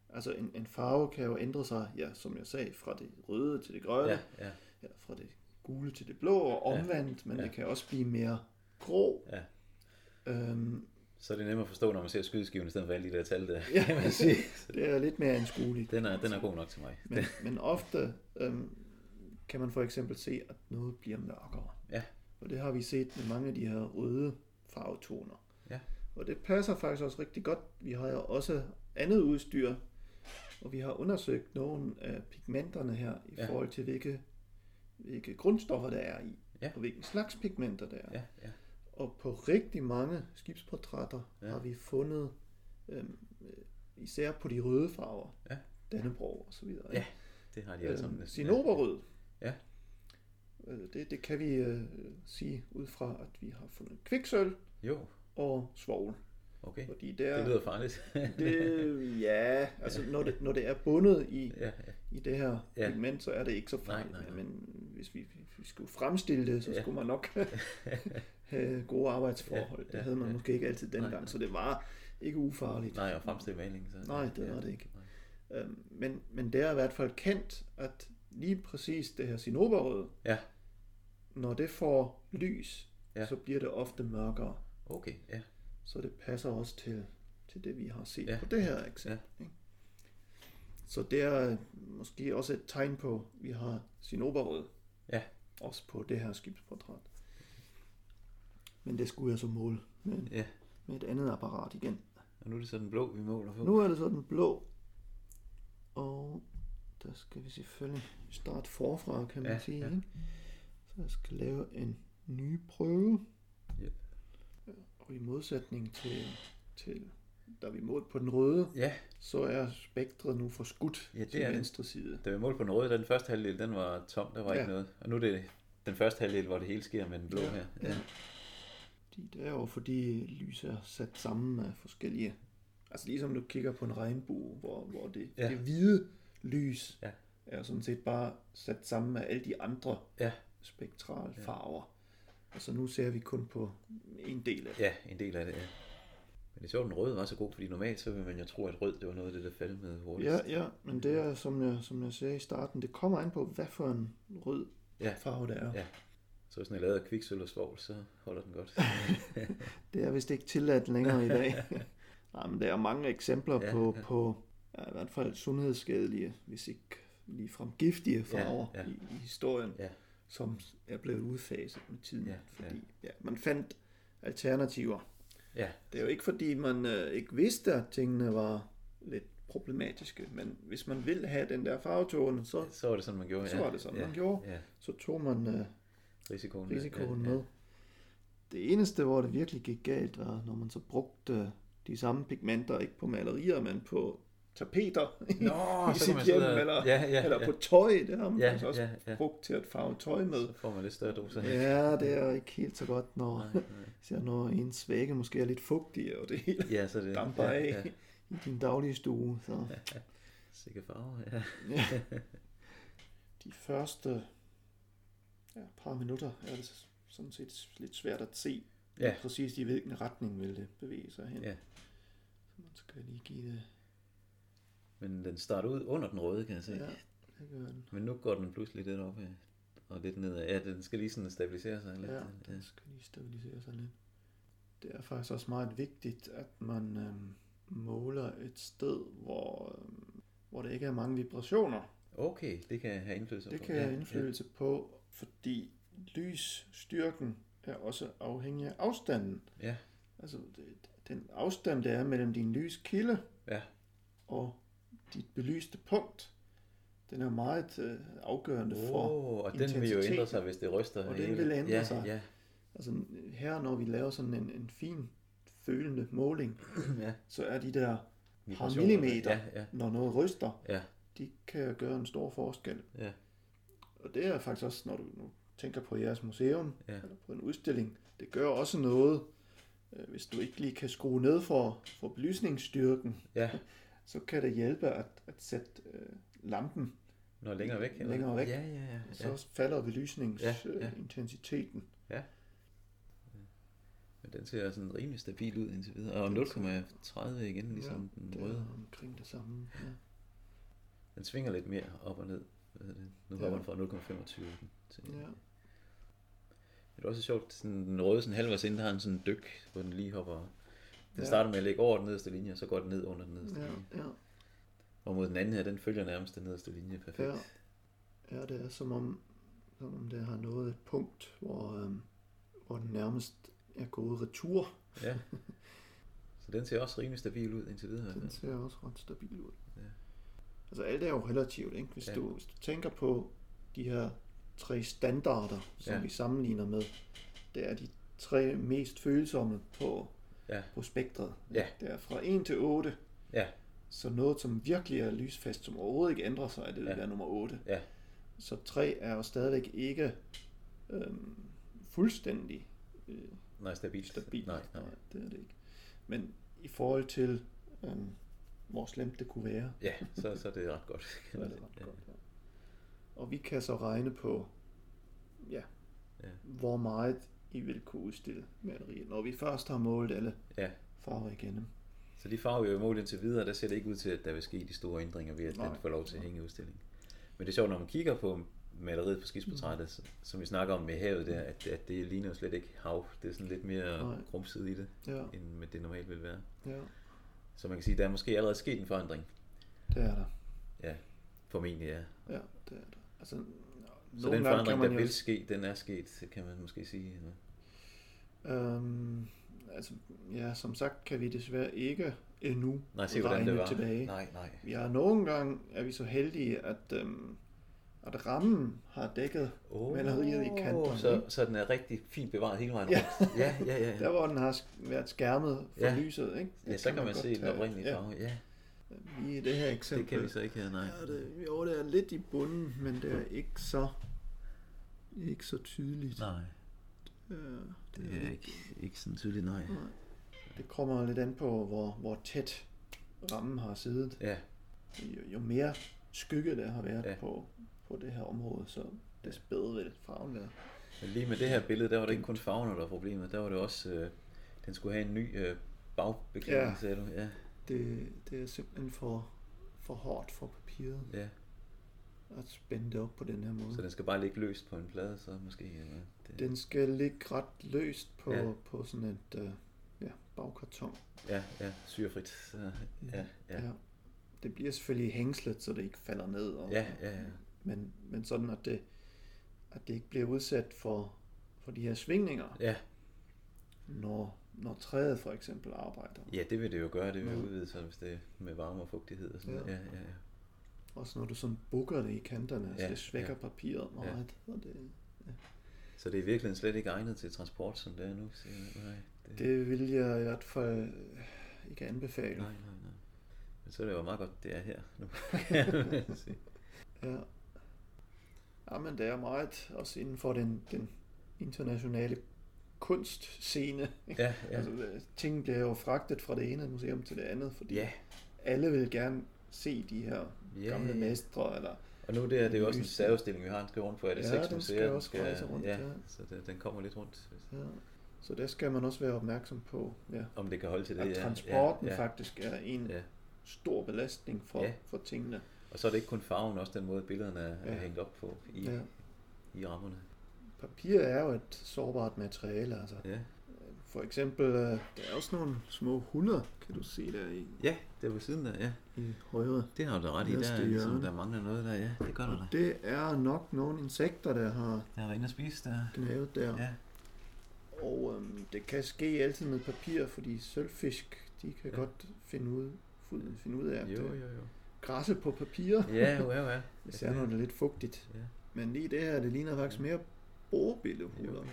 C: Altså en, en farve kan jo ændre sig, ja, som jeg sagde, fra det røde til det grønne,
B: Ja,
C: ja.
B: ja,
C: Ja, fra det gule til det blå og
B: Ja.
C: omvendt, men
B: Ja.
C: det kan også blive mere grå.
B: ja.
C: Øhm,
B: Så er det nemmere at forstå, når man ser skydeskiven, i stedet for alle de der tal der,
C: Ja.
B: kan man sige. Så
C: det er lidt mere anskueligt.
B: Den er, den er god nok til mig. *laughs*
C: Men, men ofte øhm, kan man for eksempel se, at noget bliver mørkere.
B: Ja.
C: Og det har vi set med mange af de her røde farvetoner.
B: Ja.
C: Og det passer faktisk også rigtig godt. Vi har jo også andet udstyr, og vi har undersøgt nogle af pigmenterne her i
B: Ja.
C: ja. forhold til, hvilke, hvilke grundstoffer der er i,
B: Ja.
C: og hvilken slags pigmenter der er.
B: Ja, ja,
C: Og på rigtig mange skibsportrætter
B: Ja.
C: ja. har vi fundet, øhm, øh, især på de røde farver,
B: Ja.
C: Dannebrog og så videre.
B: Ja, det har de alle sammen.
C: Øhm,
B: næsten.
C: Sinoberød.
B: Ja.
C: Øh, Det, det kan vi øh, sige ud fra, at vi har fundet kviksøl
B: Jo,
C: og svovl.
B: okay.
C: Fordi der,
B: Det lyder farligt. *laughs*
C: det, ja, altså når det, når det er bundet i,
B: ja, ja.
C: i det her
B: Ja.
C: pigment, så er det ikke så farligt.
B: nej, nej.
C: Men hvis vi, hvis vi skulle fremstille det, så
B: Ja.
C: skulle man
B: *laughs*
C: nok have gode arbejdsforhold.
B: ja,
C: Det havde man
B: ja.
C: måske ikke altid
B: Nej,
C: dengang,
B: nej.
C: så det var ikke ufarligt.
B: Nej, og fremstille maling. Så.
C: Nej, det
B: ja.
C: var det ikke.
B: Nej.
C: Øhm, Men, men det er i hvert fald kendt, at lige præcis det her sinoberød,
B: Ja.
C: når det får lys,
B: Ja.
C: ja. så bliver det ofte mørkere.
B: Okay, ja.
C: Så det passer også til, til det, vi har set
B: Ja.
C: ja. på det her eksempel. Ja. Så det er måske også et tegn på, at vi har sinoberød.
B: Ja.
C: Også på det her skibsportræt. Men det skulle jeg så måle med en, med
B: Ja.
C: med et andet apparat igen.
B: Og nu er det så den blå, vi måler på.
C: Nu er det så den blå. Og der skal vi selvfølgelig starte forfra, kan man
B: Ja,
C: ja, sige.
B: ja.
C: Ja. Ikke? Så jeg skal lave en ny prøve.
B: Ja.
C: Og i modsætning til, til da vi målte på den røde,
B: Ja,
C: så er spektret nu forskudt
B: Ja, det
C: til
B: er det.
C: venstre side.
B: da vi målte på den røde, der den første halvdel, den var tom, der var ja.
C: Ja.
B: ikke noget. Og nu er det den første halvdel, hvor det hele sker med den blå her.
C: Ja. Fordi det er jo fordi lys er sat sammen af forskellige... Altså ligesom du kigger på en regnbue, hvor, hvor det,
B: Ja.
C: ja. det hvide lys
B: Ja.
C: ja. er sådan set bare sat sammen af alle de andre
B: Ja.
C: spektrale farver. Og så nu ser vi kun på en del af det.
B: Ja, en del af det, ja. Men det er sjovt, at den røde var så god, fordi normalt så vil man jo tro, at rød, det var noget af det, der faldt med hurtigst.
C: Ja, ja, men det er, som jeg, som jeg sagde i starten, det kommer an på, hvad for en rød
B: Ja.
C: ja. farve det er.
B: Ja. Så hvis den er lavet af kviksøl og svovl, så holder den godt.
C: Det er vist ikke tilladt længere i
B: *laughs*
C: dag. Nej, men der er mange eksempler
B: Ja,
C: ja, på,
B: ja.
C: ja. på ja, i hvert fald sundhedsskadelige, hvis ikke ligefrem giftige farver
B: Ja,
C: ja,
B: ja.
C: ja. I, i historien,
B: Ja.
C: ja. som er blevet udfaset med tiden.
B: Ja,
C: Ja,
B: ja.
C: fordi ja. Ja, man fandt alternativer.
B: ja,
C: Det er jo ikke fordi, man øh, ikke vidste, at tingene var lidt problematiske, men hvis man ville have den der farvetone, så,
B: så var det sådan, man gjorde.
C: så
B: ja.
C: var det sådan,
B: ja.
C: ja. man gjorde.
B: Ja,
C: Så tog man øh,
B: risikoen.
C: risikoen
B: ja, ja.
C: med. Det eneste, hvor det virkelig gik galt, var, når man så brugte de samme pigmenter, ikke på malerier, men på tapeter *laughs*
B: *laughs*
C: i
B: Nå, så kan
C: sit
B: man
C: hjem,
B: sidde og-
C: eller,
B: ja, ja,
C: eller
B: ja.
C: på tøj, det har man
B: Ja,
C: ja, også
B: ja, ja.
C: brugt til at farve tøj med.
B: Så får man lidt større doser.
C: Ja, det er ikke helt så godt, når,
B: Nej,
C: *laughs*
B: nej.
C: især når ens vægge måske er lidt fugtige, og det hele
B: Ja, så er det.
C: damper
B: ja,
C: af
B: ja.
C: i din daglige stue. Så.
B: Sikke farver, ja. *laughs*
C: Ja. De første ja, par minutter er det sådan set lidt svært at se,
B: Ja.
C: ja. præcis i hvilken retning vil det bevæge sig hen.
B: Ja.
C: Så man skal lige give det.
B: Men den starter ud under den røde, kan jeg se.
C: Ja,
B: Ja.
C: det gør den.
B: Men nu går den pludselig lidt op af, og lidt nedad. Ja, den skal lige sådan stabilisere sig lidt.
C: Ja, den skal lige stabilisere sig lidt. Det er faktisk også meget vigtigt, at man øhm, måler et sted, hvor, øhm, hvor der ikke er mange vibrationer.
B: Okay, det kan have indflydelse
C: Det
B: på.
C: kan
B: ja,
C: have indflydelse på, fordi lysstyrken er også afhængig af afstanden.
B: Ja.
C: Altså det- den afstand, der er mellem din lyskilde
B: Ja.
C: og dit belyste punkt, den er meget øh, afgørende
B: Ja.
C: for.
B: Oh, og den vil jo ændre sig,
C: intensiteten.
B: hvis det ryster.
C: Og
B: af
C: den
B: hele-
C: vil ændre
B: ja,
C: sig.
B: Ja, *clears throat*
C: Altså her, når vi laver sådan en, en fin følende måling,
B: ja.
C: så er de der, par
B: Vibrationerne.
C: millimeter,
B: Ja, ja,
C: når noget ryster,
B: ja.
C: de kan gøre en stor forskel.
B: Ja.
C: Og det er faktisk også, når du nu tænker på jeres museum,
B: Ja.
C: eller på en udstilling, det gør også noget, øh, hvis du ikke lige kan skrue ned for, for belysningsstyrken,
B: ja.
C: så kan det hjælpe at, at sætte øh, lampen,
B: Når længere væk. eller?
C: Længere væk.
B: Ja, ja, ja.
C: og så
B: ja.
C: falder belysningsintensiteten.
B: Ja,
C: Ja,
B: ja.
C: ja. intensiteten.
B: Men den ser sådan rimelig stabil ud indtil videre. Og 0,30 igen, ligesom ja, den
C: det
B: røde.
C: er omkring det samme. Ja.
B: Den svinger lidt mere op og ned. Hvad hedder det? Nu
C: Ja.
B: hopper den fra 0,25 til...
C: Ja.
B: Det er også sjovt, sådan den røde sådan halvvejs inden, der har en sådan dyk, hvor den lige hopper. Den ja.
C: Ja.
B: starter med at lægge over den nederste linje, og så går den ned under den nederste ja.
C: Ja,
B: linje.
C: ja,
B: Og mod den anden her, den følger nærmest den nederste linje perfekt.
C: ja. ja, det er som om, som om det har nået et punkt, hvor, øhm, hvor den nærmest er gået retur.
B: ja. Så den ser også rimelig stabil ud indtil videre. altså. i hvert
C: Den
B: fald.
C: ser også ret stabil ud.
B: Ja.
C: Ja. Altså alt er jo relativt, ikke? Hvis,
B: Ja.
C: ja. du, hvis du tænker på de her tre standarder, som
B: Ja.
C: ja. vi sammenligner med, det er de tre mest følsomme på,
B: Ja.
C: på spektret.
B: Ja.
C: Det er fra 1 til 8,
B: Ja.
C: så noget som virkelig er lysfast, som overhovedet ikke ændrer sig, det vil
B: Ja.
C: ja. være nummer 8.
B: Ja.
C: Så 3 er jo stadigvæk ikke øhm, fuldstændig øh,
B: Nej, stabil.
C: stabilt.
B: Nej, nej.
C: det er det ikke. Men i forhold til, øhm, hvor slemt det kunne være,
B: Ja, så, så er det ret godt.
C: så er det ret
B: ja.
C: godt. Ja. Og vi kan så regne på, ja,
B: Ja.
C: ja. hvor meget I vil kunne udstille maleriet, når vi først har målt alle
B: Ja.
C: farver igennem.
B: Så de farver, vi har målt indtil videre, der ser det ikke ud til, at der vil ske de store ændringer ved, at den
C: Nej.
B: får lov til at hænge i udstillingen. Men det er sjovt, når man kigger på maleriet på skibsportrættet, mm. som vi snakker om med havet der, at, at det ligner jo slet ikke hav. Det er sådan lidt mere
C: Nej.
B: grumset i det,
C: Ja,
B: end med det normalt vil være.
C: ja,
B: Så man kan sige, at der er måske allerede sket en forandring.
C: det er der.
B: Formentlig ja.
C: Ja, det er der. Altså, n-
B: Så
C: nogle gange
B: den
C: kan
B: forandring, der
C: man
B: vil
C: jo...
B: ske, den er sket, kan man måske sige. Ja.
C: Øhm, altså, ja, som sagt kan vi desværre ikke endnu
B: Nej, se hvordan det
C: regne
B: var.
C: tilbage.
B: Nej, nej.
C: Vi har nogle gange, er vi så heldige, at, øhm, at rammen har dækket
B: Oh,
C: maleriet i kanterne.
B: Så,
C: ikke?
B: så den er rigtig fint bevaret hele vejen
C: Ja.
B: rundt. Ja, ja,
C: *laughs*
B: ja.
C: Der
B: ja.
C: hvor den har sk- været skærmet for
B: Ja.
C: ja. lyset, ikke?
B: ja så kan man se den
C: godt, øh,
B: oprindelige farve. Ja,
C: Ja, lige i det her eksempel.
B: det kan vi så ikke have, nej.
C: Ja, det, jo, det er lidt i bunden, men det er ikke så ikke så tydeligt.
B: Nej,
C: Øh,
B: det Mm. er ikke, ikke sådan tydeligt, nej.
C: det kommer lidt an på, hvor, hvor tæt rammen har siddet.
B: Ja,
C: Jo, jo mere skygge der har været
B: Ja.
C: ja. på, på det her område, så des bedre vil farven være.
B: men lige med det her billede, der var det ikke kun farven, der var problemet. Der var det også, øh, den skulle have en ny øh, bagbeklædning, ja.
C: Ja.
B: sagde du. Ja,
C: Det, det er simpelthen for, for hårdt for papiret
B: ja.
C: at spænde det op på den her måde.
B: Så den skal bare ligge løst på en plade, så måske. Eller det.
C: Den skal ligge ret løst på,
B: Ja.
C: ja. på sådan et øh, ja, bagkarton.
B: Ja, ja, syrefrit. Så, ja, ja.
C: Ja. Det bliver selvfølgelig hængslet, så det ikke falder ned. Og,
B: Ja, ja, ja.
C: Men, men sådan, at det, at det ikke bliver udsat for, for de her svingninger,
B: Ja,
C: når, når træet for eksempel arbejder.
B: ja det vil det jo gøre, det vil
C: Nå.
B: udvide sig, hvis det er med varme og fugtighed og sådan noget. Mm. Ja,
C: Ja.
B: ja, ja.
C: Også når du sådan bukker det i kanterne, ja,
B: Ja,
C: så det svækker ja. papiret meget. Ja. Og det,
B: Så det er i virkeligheden slet ikke egnet til transport, som det er nu? Så, nej, det,
C: det vil jeg i hvert fald øh, ikke anbefale.
B: nej, nej, nej. Men så er det jo meget godt, det er her
C: *laughs*
B: nu. Se.
C: Ja. ja, men det er meget også inden for den, den internationale kunstscene. *laughs*
B: ja,
C: Ja.
B: ja.
C: Altså, øh, ting bliver jo fragtet fra det ene museum til det andet, fordi
B: Ja,
C: alle vil gerne se de her
B: ja,
C: gamle
B: ja.
C: mestre. Eller,
B: Og nu der, det er jo også en særudstilling, vi har, den skal rundt på. Er det
C: Ja,
B: seks
C: den
B: museer?
C: skal også rejse rundt,
B: ja,
C: ja.
B: Så det, den kommer lidt rundt, hvis-
C: ja. Så der skal man også være opmærksom på, ja.
B: om det kan holde til det.
C: at
B: ja.
C: transporten
B: ja, ja,
C: faktisk er en
B: Ja.
C: stor belastning for,
B: Ja.
C: for tingene.
B: Og så er det ikke kun farven, også den måde, billederne er, er
C: Ja.
B: hængt op på i,
C: Ja.
B: i rammerne.
C: Papir er jo et sårbart materiale. Altså.
B: Ja,
C: For eksempel, øh, der er også nogle små huller, kan du se der i,
B: ja det er på siden der, ja.
C: i højre.
B: Det har du da ret i, der,
C: Næste
B: er ligesom,
C: hjørne.
B: der mangler noget der, ja. Det gør der da.
C: Det er nok nogle insekter, der har
B: Der er inde at spise der.
C: gnavet der.
B: Ja,
C: Og øhm, det kan ske altid med papir, fordi sølvfisk, de kan
B: Ja.
C: ja. godt finde ud, fu- finde ud af at
B: jo,
C: øh,
B: jo, jo.
C: græsse på papir.
B: Ja,
C: *laughs*
B: jo, jo, ja.
C: Især når det er lidt fugtigt.
B: Ja.
C: Men lige det her, det ligner faktisk mere
B: Jo,
C: bordbillehuler.
B: jo.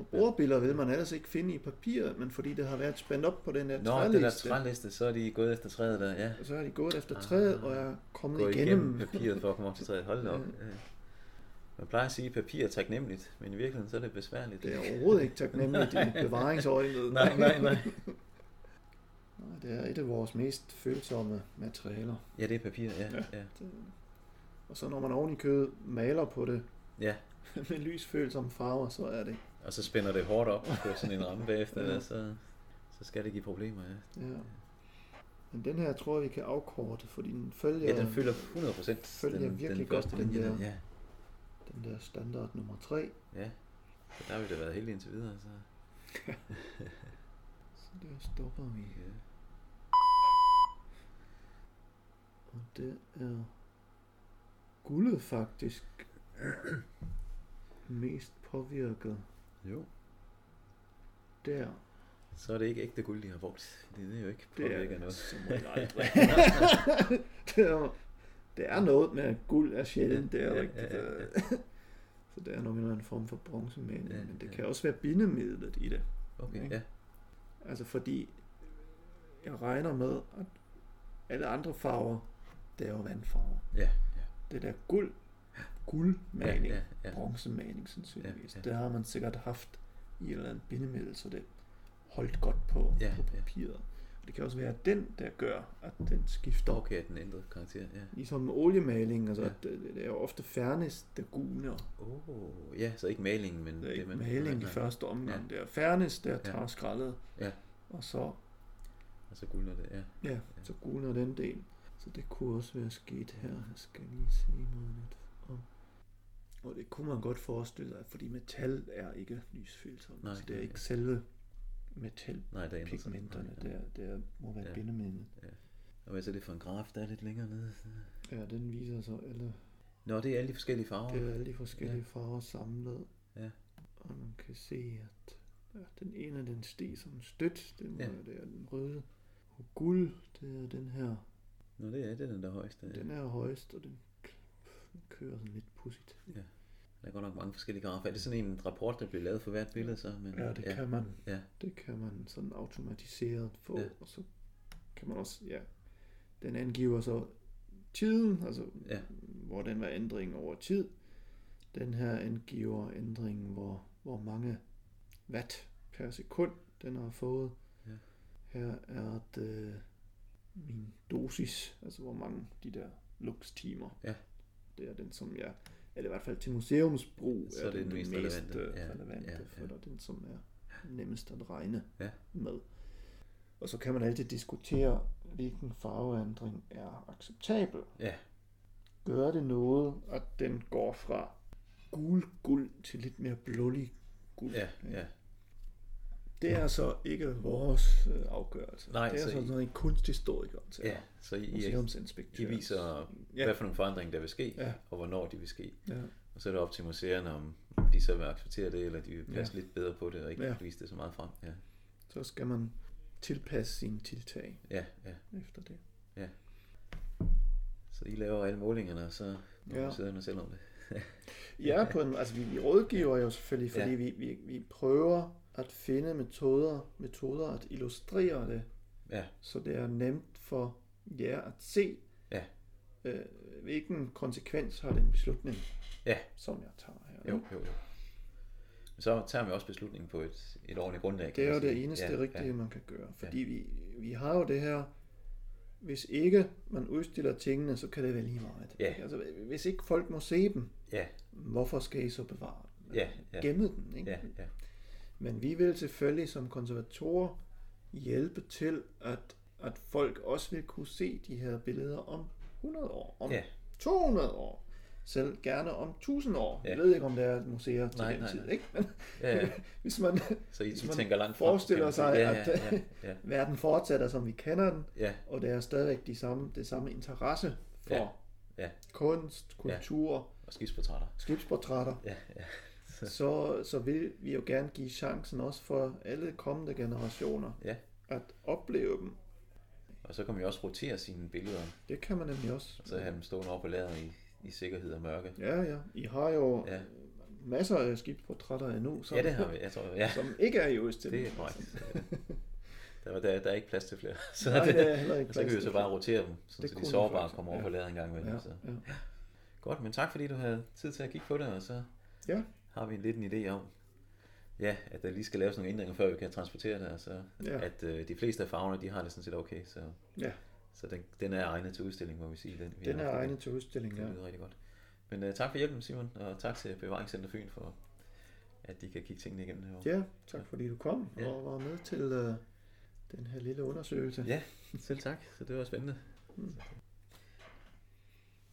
C: Og bordbiller vil man ellers ikke finde i papiret, men fordi det har været spændt op på den der
B: Nå,
C: træliste,
B: den der træliste, så er de gået efter træet der, ja.
C: og så har de gået efter
B: Ah.
C: træet og er kommet
B: Gået
C: igennem.
B: igennem papiret for at komme op til træet. Hold da op. Ja. Man plejer at sige, at papir er taknemmeligt, men i virkeligheden så er det
C: *laughs*
B: besværligt.
C: Det er overhovedet ikke taknemmeligt i bevaringsøjnet.
B: Nej, nej, nej.
C: *laughs* Nej, Det er et af vores mest følsomme materialer.
B: Ja, det er papir, ja.
C: Ja.
B: ja.
C: Det- Og så når man oven i kødet maler på det
B: ja.
C: *laughs* med lysfølsomme farver, så er det.
B: Og så spænder det hårdt op på sådan en ramme bagefter,
C: Ja.
B: ja. så, så skal det give problemer, ja.
C: Ja. Men den her tror jeg, vi kan afkorte, fordi den følger
B: Ja, den fylder 100 procent.
C: Følger virkelig godt den
B: linje,
C: der.
B: Ja,
C: den der standard nummer 3.
B: ja. Så der har vi da været helt indtil videre, så...
C: Så der stopper vi.
B: Ja.
C: Og det er guldet faktisk mest påvirket
B: Jo.
C: der.
B: Så er det ikke ægte guld, de har brugt. Det er jo ikke
C: Det er
B: påvirket
C: det *laughs*
B: af noget.
C: det, er, det er noget med, at guld er sjældent, det er
B: Ja,
C: rigtigt.
B: ja, ja, ja.
C: øh. *laughs* Så det er nok en eller anden form for bronzemaling,
B: Ja,
C: men det
B: ja.
C: kan også være bindemidlet i det.
B: Okay,
C: Ikke?
B: ja.
C: Altså fordi, jeg regner med, at alle andre farver, det er jo vandfarver.
B: Ja, ja.
C: Det der guld, guldmaling,
B: Ja, ja, ja.
C: bronzemaling sandsynligvis,
B: Ja,
C: ja, ja.
B: ja.
C: det har man sikkert haft i et eller andet bindemiddel, så det holdt godt på,
B: Ja,
C: ja, på
B: ja.
C: papiret. Og det kan også være den, der gør, at den skifter
B: Okay, at den ændrede karakter, ja.
C: Ligesom med oliemalingen, altså
B: Ja.
C: ja. det, det er jo ofte fernis, der guner.
B: Oh, ja, så ikke malingen, men
C: Det er ikke
B: man...
C: maling i
B: nej.
C: første omgang. Ja. Det er fernis, der tager skraldet,
B: Ja.
C: og så,
B: Og så guldner det, Altså ja.
C: ja, så guner den del. Så det kunne også være sket her. Jeg skal lige se noget lidt om. Og det kunne man godt forestille sig, fordi metal er ikke lysfølsomt.
B: Nej,
C: så det er
B: nej,
C: ikke
B: ja.
C: selve
B: Nej, der ændrer sig.
C: metalpigmenterne,
B: Nej, ja.
C: der, der må være
B: Ja.
C: ja. bindemidlet.
B: Og hvad så er det for en graf, der er lidt længere nede?
C: Ja, den viser så alle
B: Nå, det er alle de forskellige farver.
C: Det er alle de forskellige ja. farver samlet.
B: Ja.
C: Og man kan se, at Ja, den ene, den steg som en stødt. Den
B: Ja.
C: ja. der, den røde. Og guld, det er den her.
B: Nå, det er det, er den der højeste.
C: Ja. Den er højst, og den, den kører sådan lidt pudsigt.
B: Der er godt nok mange forskellige grafer. Er det sådan en rapport, der bliver lavet for hvert billede så? Men,
C: Ja, det ja. kan man.
B: Ja.
C: Det kan man sådan automatiseret få,
B: Ja.
C: ja. og så kan man også, ja, den angiver så tiden, altså
B: Ja.
C: hvor den var ændring over tid. Den her angiver ændringen, hvor, hvor mange watt per sekund den har fået.
B: Ja.
C: Her er det min dosis, altså hvor mange de der lux-timer.
B: Ja.
C: Det er den, som jeg, eller i hvert fald til museumsbrug,
B: Så er det den mest relevante.
C: øh,
B: Ja,
C: relevante
B: ja,
C: ja,
B: ja.
C: ja. for dig, den som er nemmest at regne
B: Ja.
C: med. Og så kan man altid diskutere, hvilken farveændring er acceptabel.
B: Ja.
C: Gør det noget, at den går fra gul guld til lidt mere blålig guld?
B: Ja, ja.
C: Det er så ikke vores øh, afgørelse.
B: Nej,
C: det er
B: så
C: så
B: I-
C: sådan noget, en kunsthistoriker til
B: ja. Så I, I,
C: museumsinspektør.
B: I viser,
C: Ja.
B: hvad for nogle forandringer, der vil ske,
C: Ja.
B: og hvornår de vil ske.
C: Ja.
B: Og så er det op til museerne, om om de så vil acceptere det, eller de vil passe lidt bedre på det, og ikke
C: Ja.
B: vise det så meget frem. Ja,
C: Så skal man tilpasse sine tiltag
B: ja, ja.
C: efter det.
B: Så I laver alle målingerne, og så må
C: Ja.
B: museerne selv om det.
C: Ja, på en, altså vi, vi rådgiver jo selvfølgelig, fordi
B: Ja.
C: ja. vi, vi, vi prøver at finde metoder, metoder at illustrere det,
B: Ja.
C: så det er nemt for jer at se,
B: Ja.
C: øh, hvilken konsekvens har den beslutning,
B: Ja.
C: som jeg tager her.
B: Jo, jo, jo. Men så tager vi også beslutningen på et, et ordentligt grundlag. kan
C: Det er jo
B: man sige.
C: det eneste
B: ja,
C: ja, rigtige,
B: Ja,
C: ja. man kan gøre, fordi ja. vi, vi har jo det her, hvis ikke man udstiller tingene, så kan det være lige meget.
B: Ja.
C: ikke? Altså, hvis ikke folk må se dem,
B: ja,
C: hvorfor skal I så bevare dem?
B: ja, ja,
C: Gemme den, ikke?
B: ja, ja.
C: Men vi vil selvfølgelig som konservatorer hjælpe til, at, at folk også vil kunne se de her billeder om 100 år, om
B: Ja.
C: 200 år, selv gerne om 1000 år.
B: Ja.
C: Jeg ved ikke, om der er museer til
B: Nej,
C: den
B: nej,
C: tid,
B: nej.
C: ikke? Men
B: ja, ja.
C: *laughs* hvis man,
B: Så I, I
C: Hvis man
B: tænker langt frem,
C: forestiller
B: kan man sige.
C: sig,
B: ja,
C: at-
B: ja, ja, ja,
C: verden fortsætter, som vi kender den,
B: ja,
C: og der er stadigvæk de samme, det samme interesse for
B: Ja. Ja.
C: kunst, kultur, ja.
B: og skibsportrætter. *laughs*
C: skibsportrætter,
B: Ja, ja.
C: så, så vil vi jo gerne give chancen også for alle kommende generationer
B: Ja.
C: at opleve dem.
B: Og så kan man jo også rotere sine billeder,
C: Det kan man nemlig også.
B: og så have dem stående over på lageret i, i sikkerhed og mørke.
C: Ja, ja. I har jo
B: Ja.
C: ja. masser af skibsportrætter endnu, som,
B: Ja, det har vi. Jeg tror, ja,
C: som ikke er i udstillingen. *laughs*
B: det er korrekt. Der, var- der, der er ikke plads til flere. Så,
C: Nej,
B: *laughs*
C: det er heller
B: og
C: ikke
B: så kan vi jo
C: plads
B: så
C: til
B: bare rotere dem, så,
C: Det
B: så
C: kunne
B: de
C: man
B: sårbare
C: faktisk.
B: kommer over
C: Ja.
B: på lageret en gang
C: flere.
B: imellem. Så.
C: Ja, ja.
B: Godt, men tak fordi du havde tid til at kigge på det, og så
C: Ja.
B: har vi en lidt en idé om, ja, at der lige skal laves nogle ændringer, før vi kan transportere det, og så
C: Ja.
B: at øh, de fleste af farverne, de har det sådan set okay, så,
C: Ja.
B: så den, den er egnet til udstilling, må vi sige. Den, vi
C: Den
B: har
C: er
B: haft i dag.
C: egnet til udstilling, ja.
B: Det lyder rigtig godt. Men uh, tak for hjælpen, Simon, og tak til Bevaringscenter Fyn for, at de kan kigge tingene igennem herovre.
C: Ja, tak fordi du kom
B: Ja.
C: ja. og var med til uh, den her lille undersøgelse.
B: Ja, selv tak. Så det var spændende.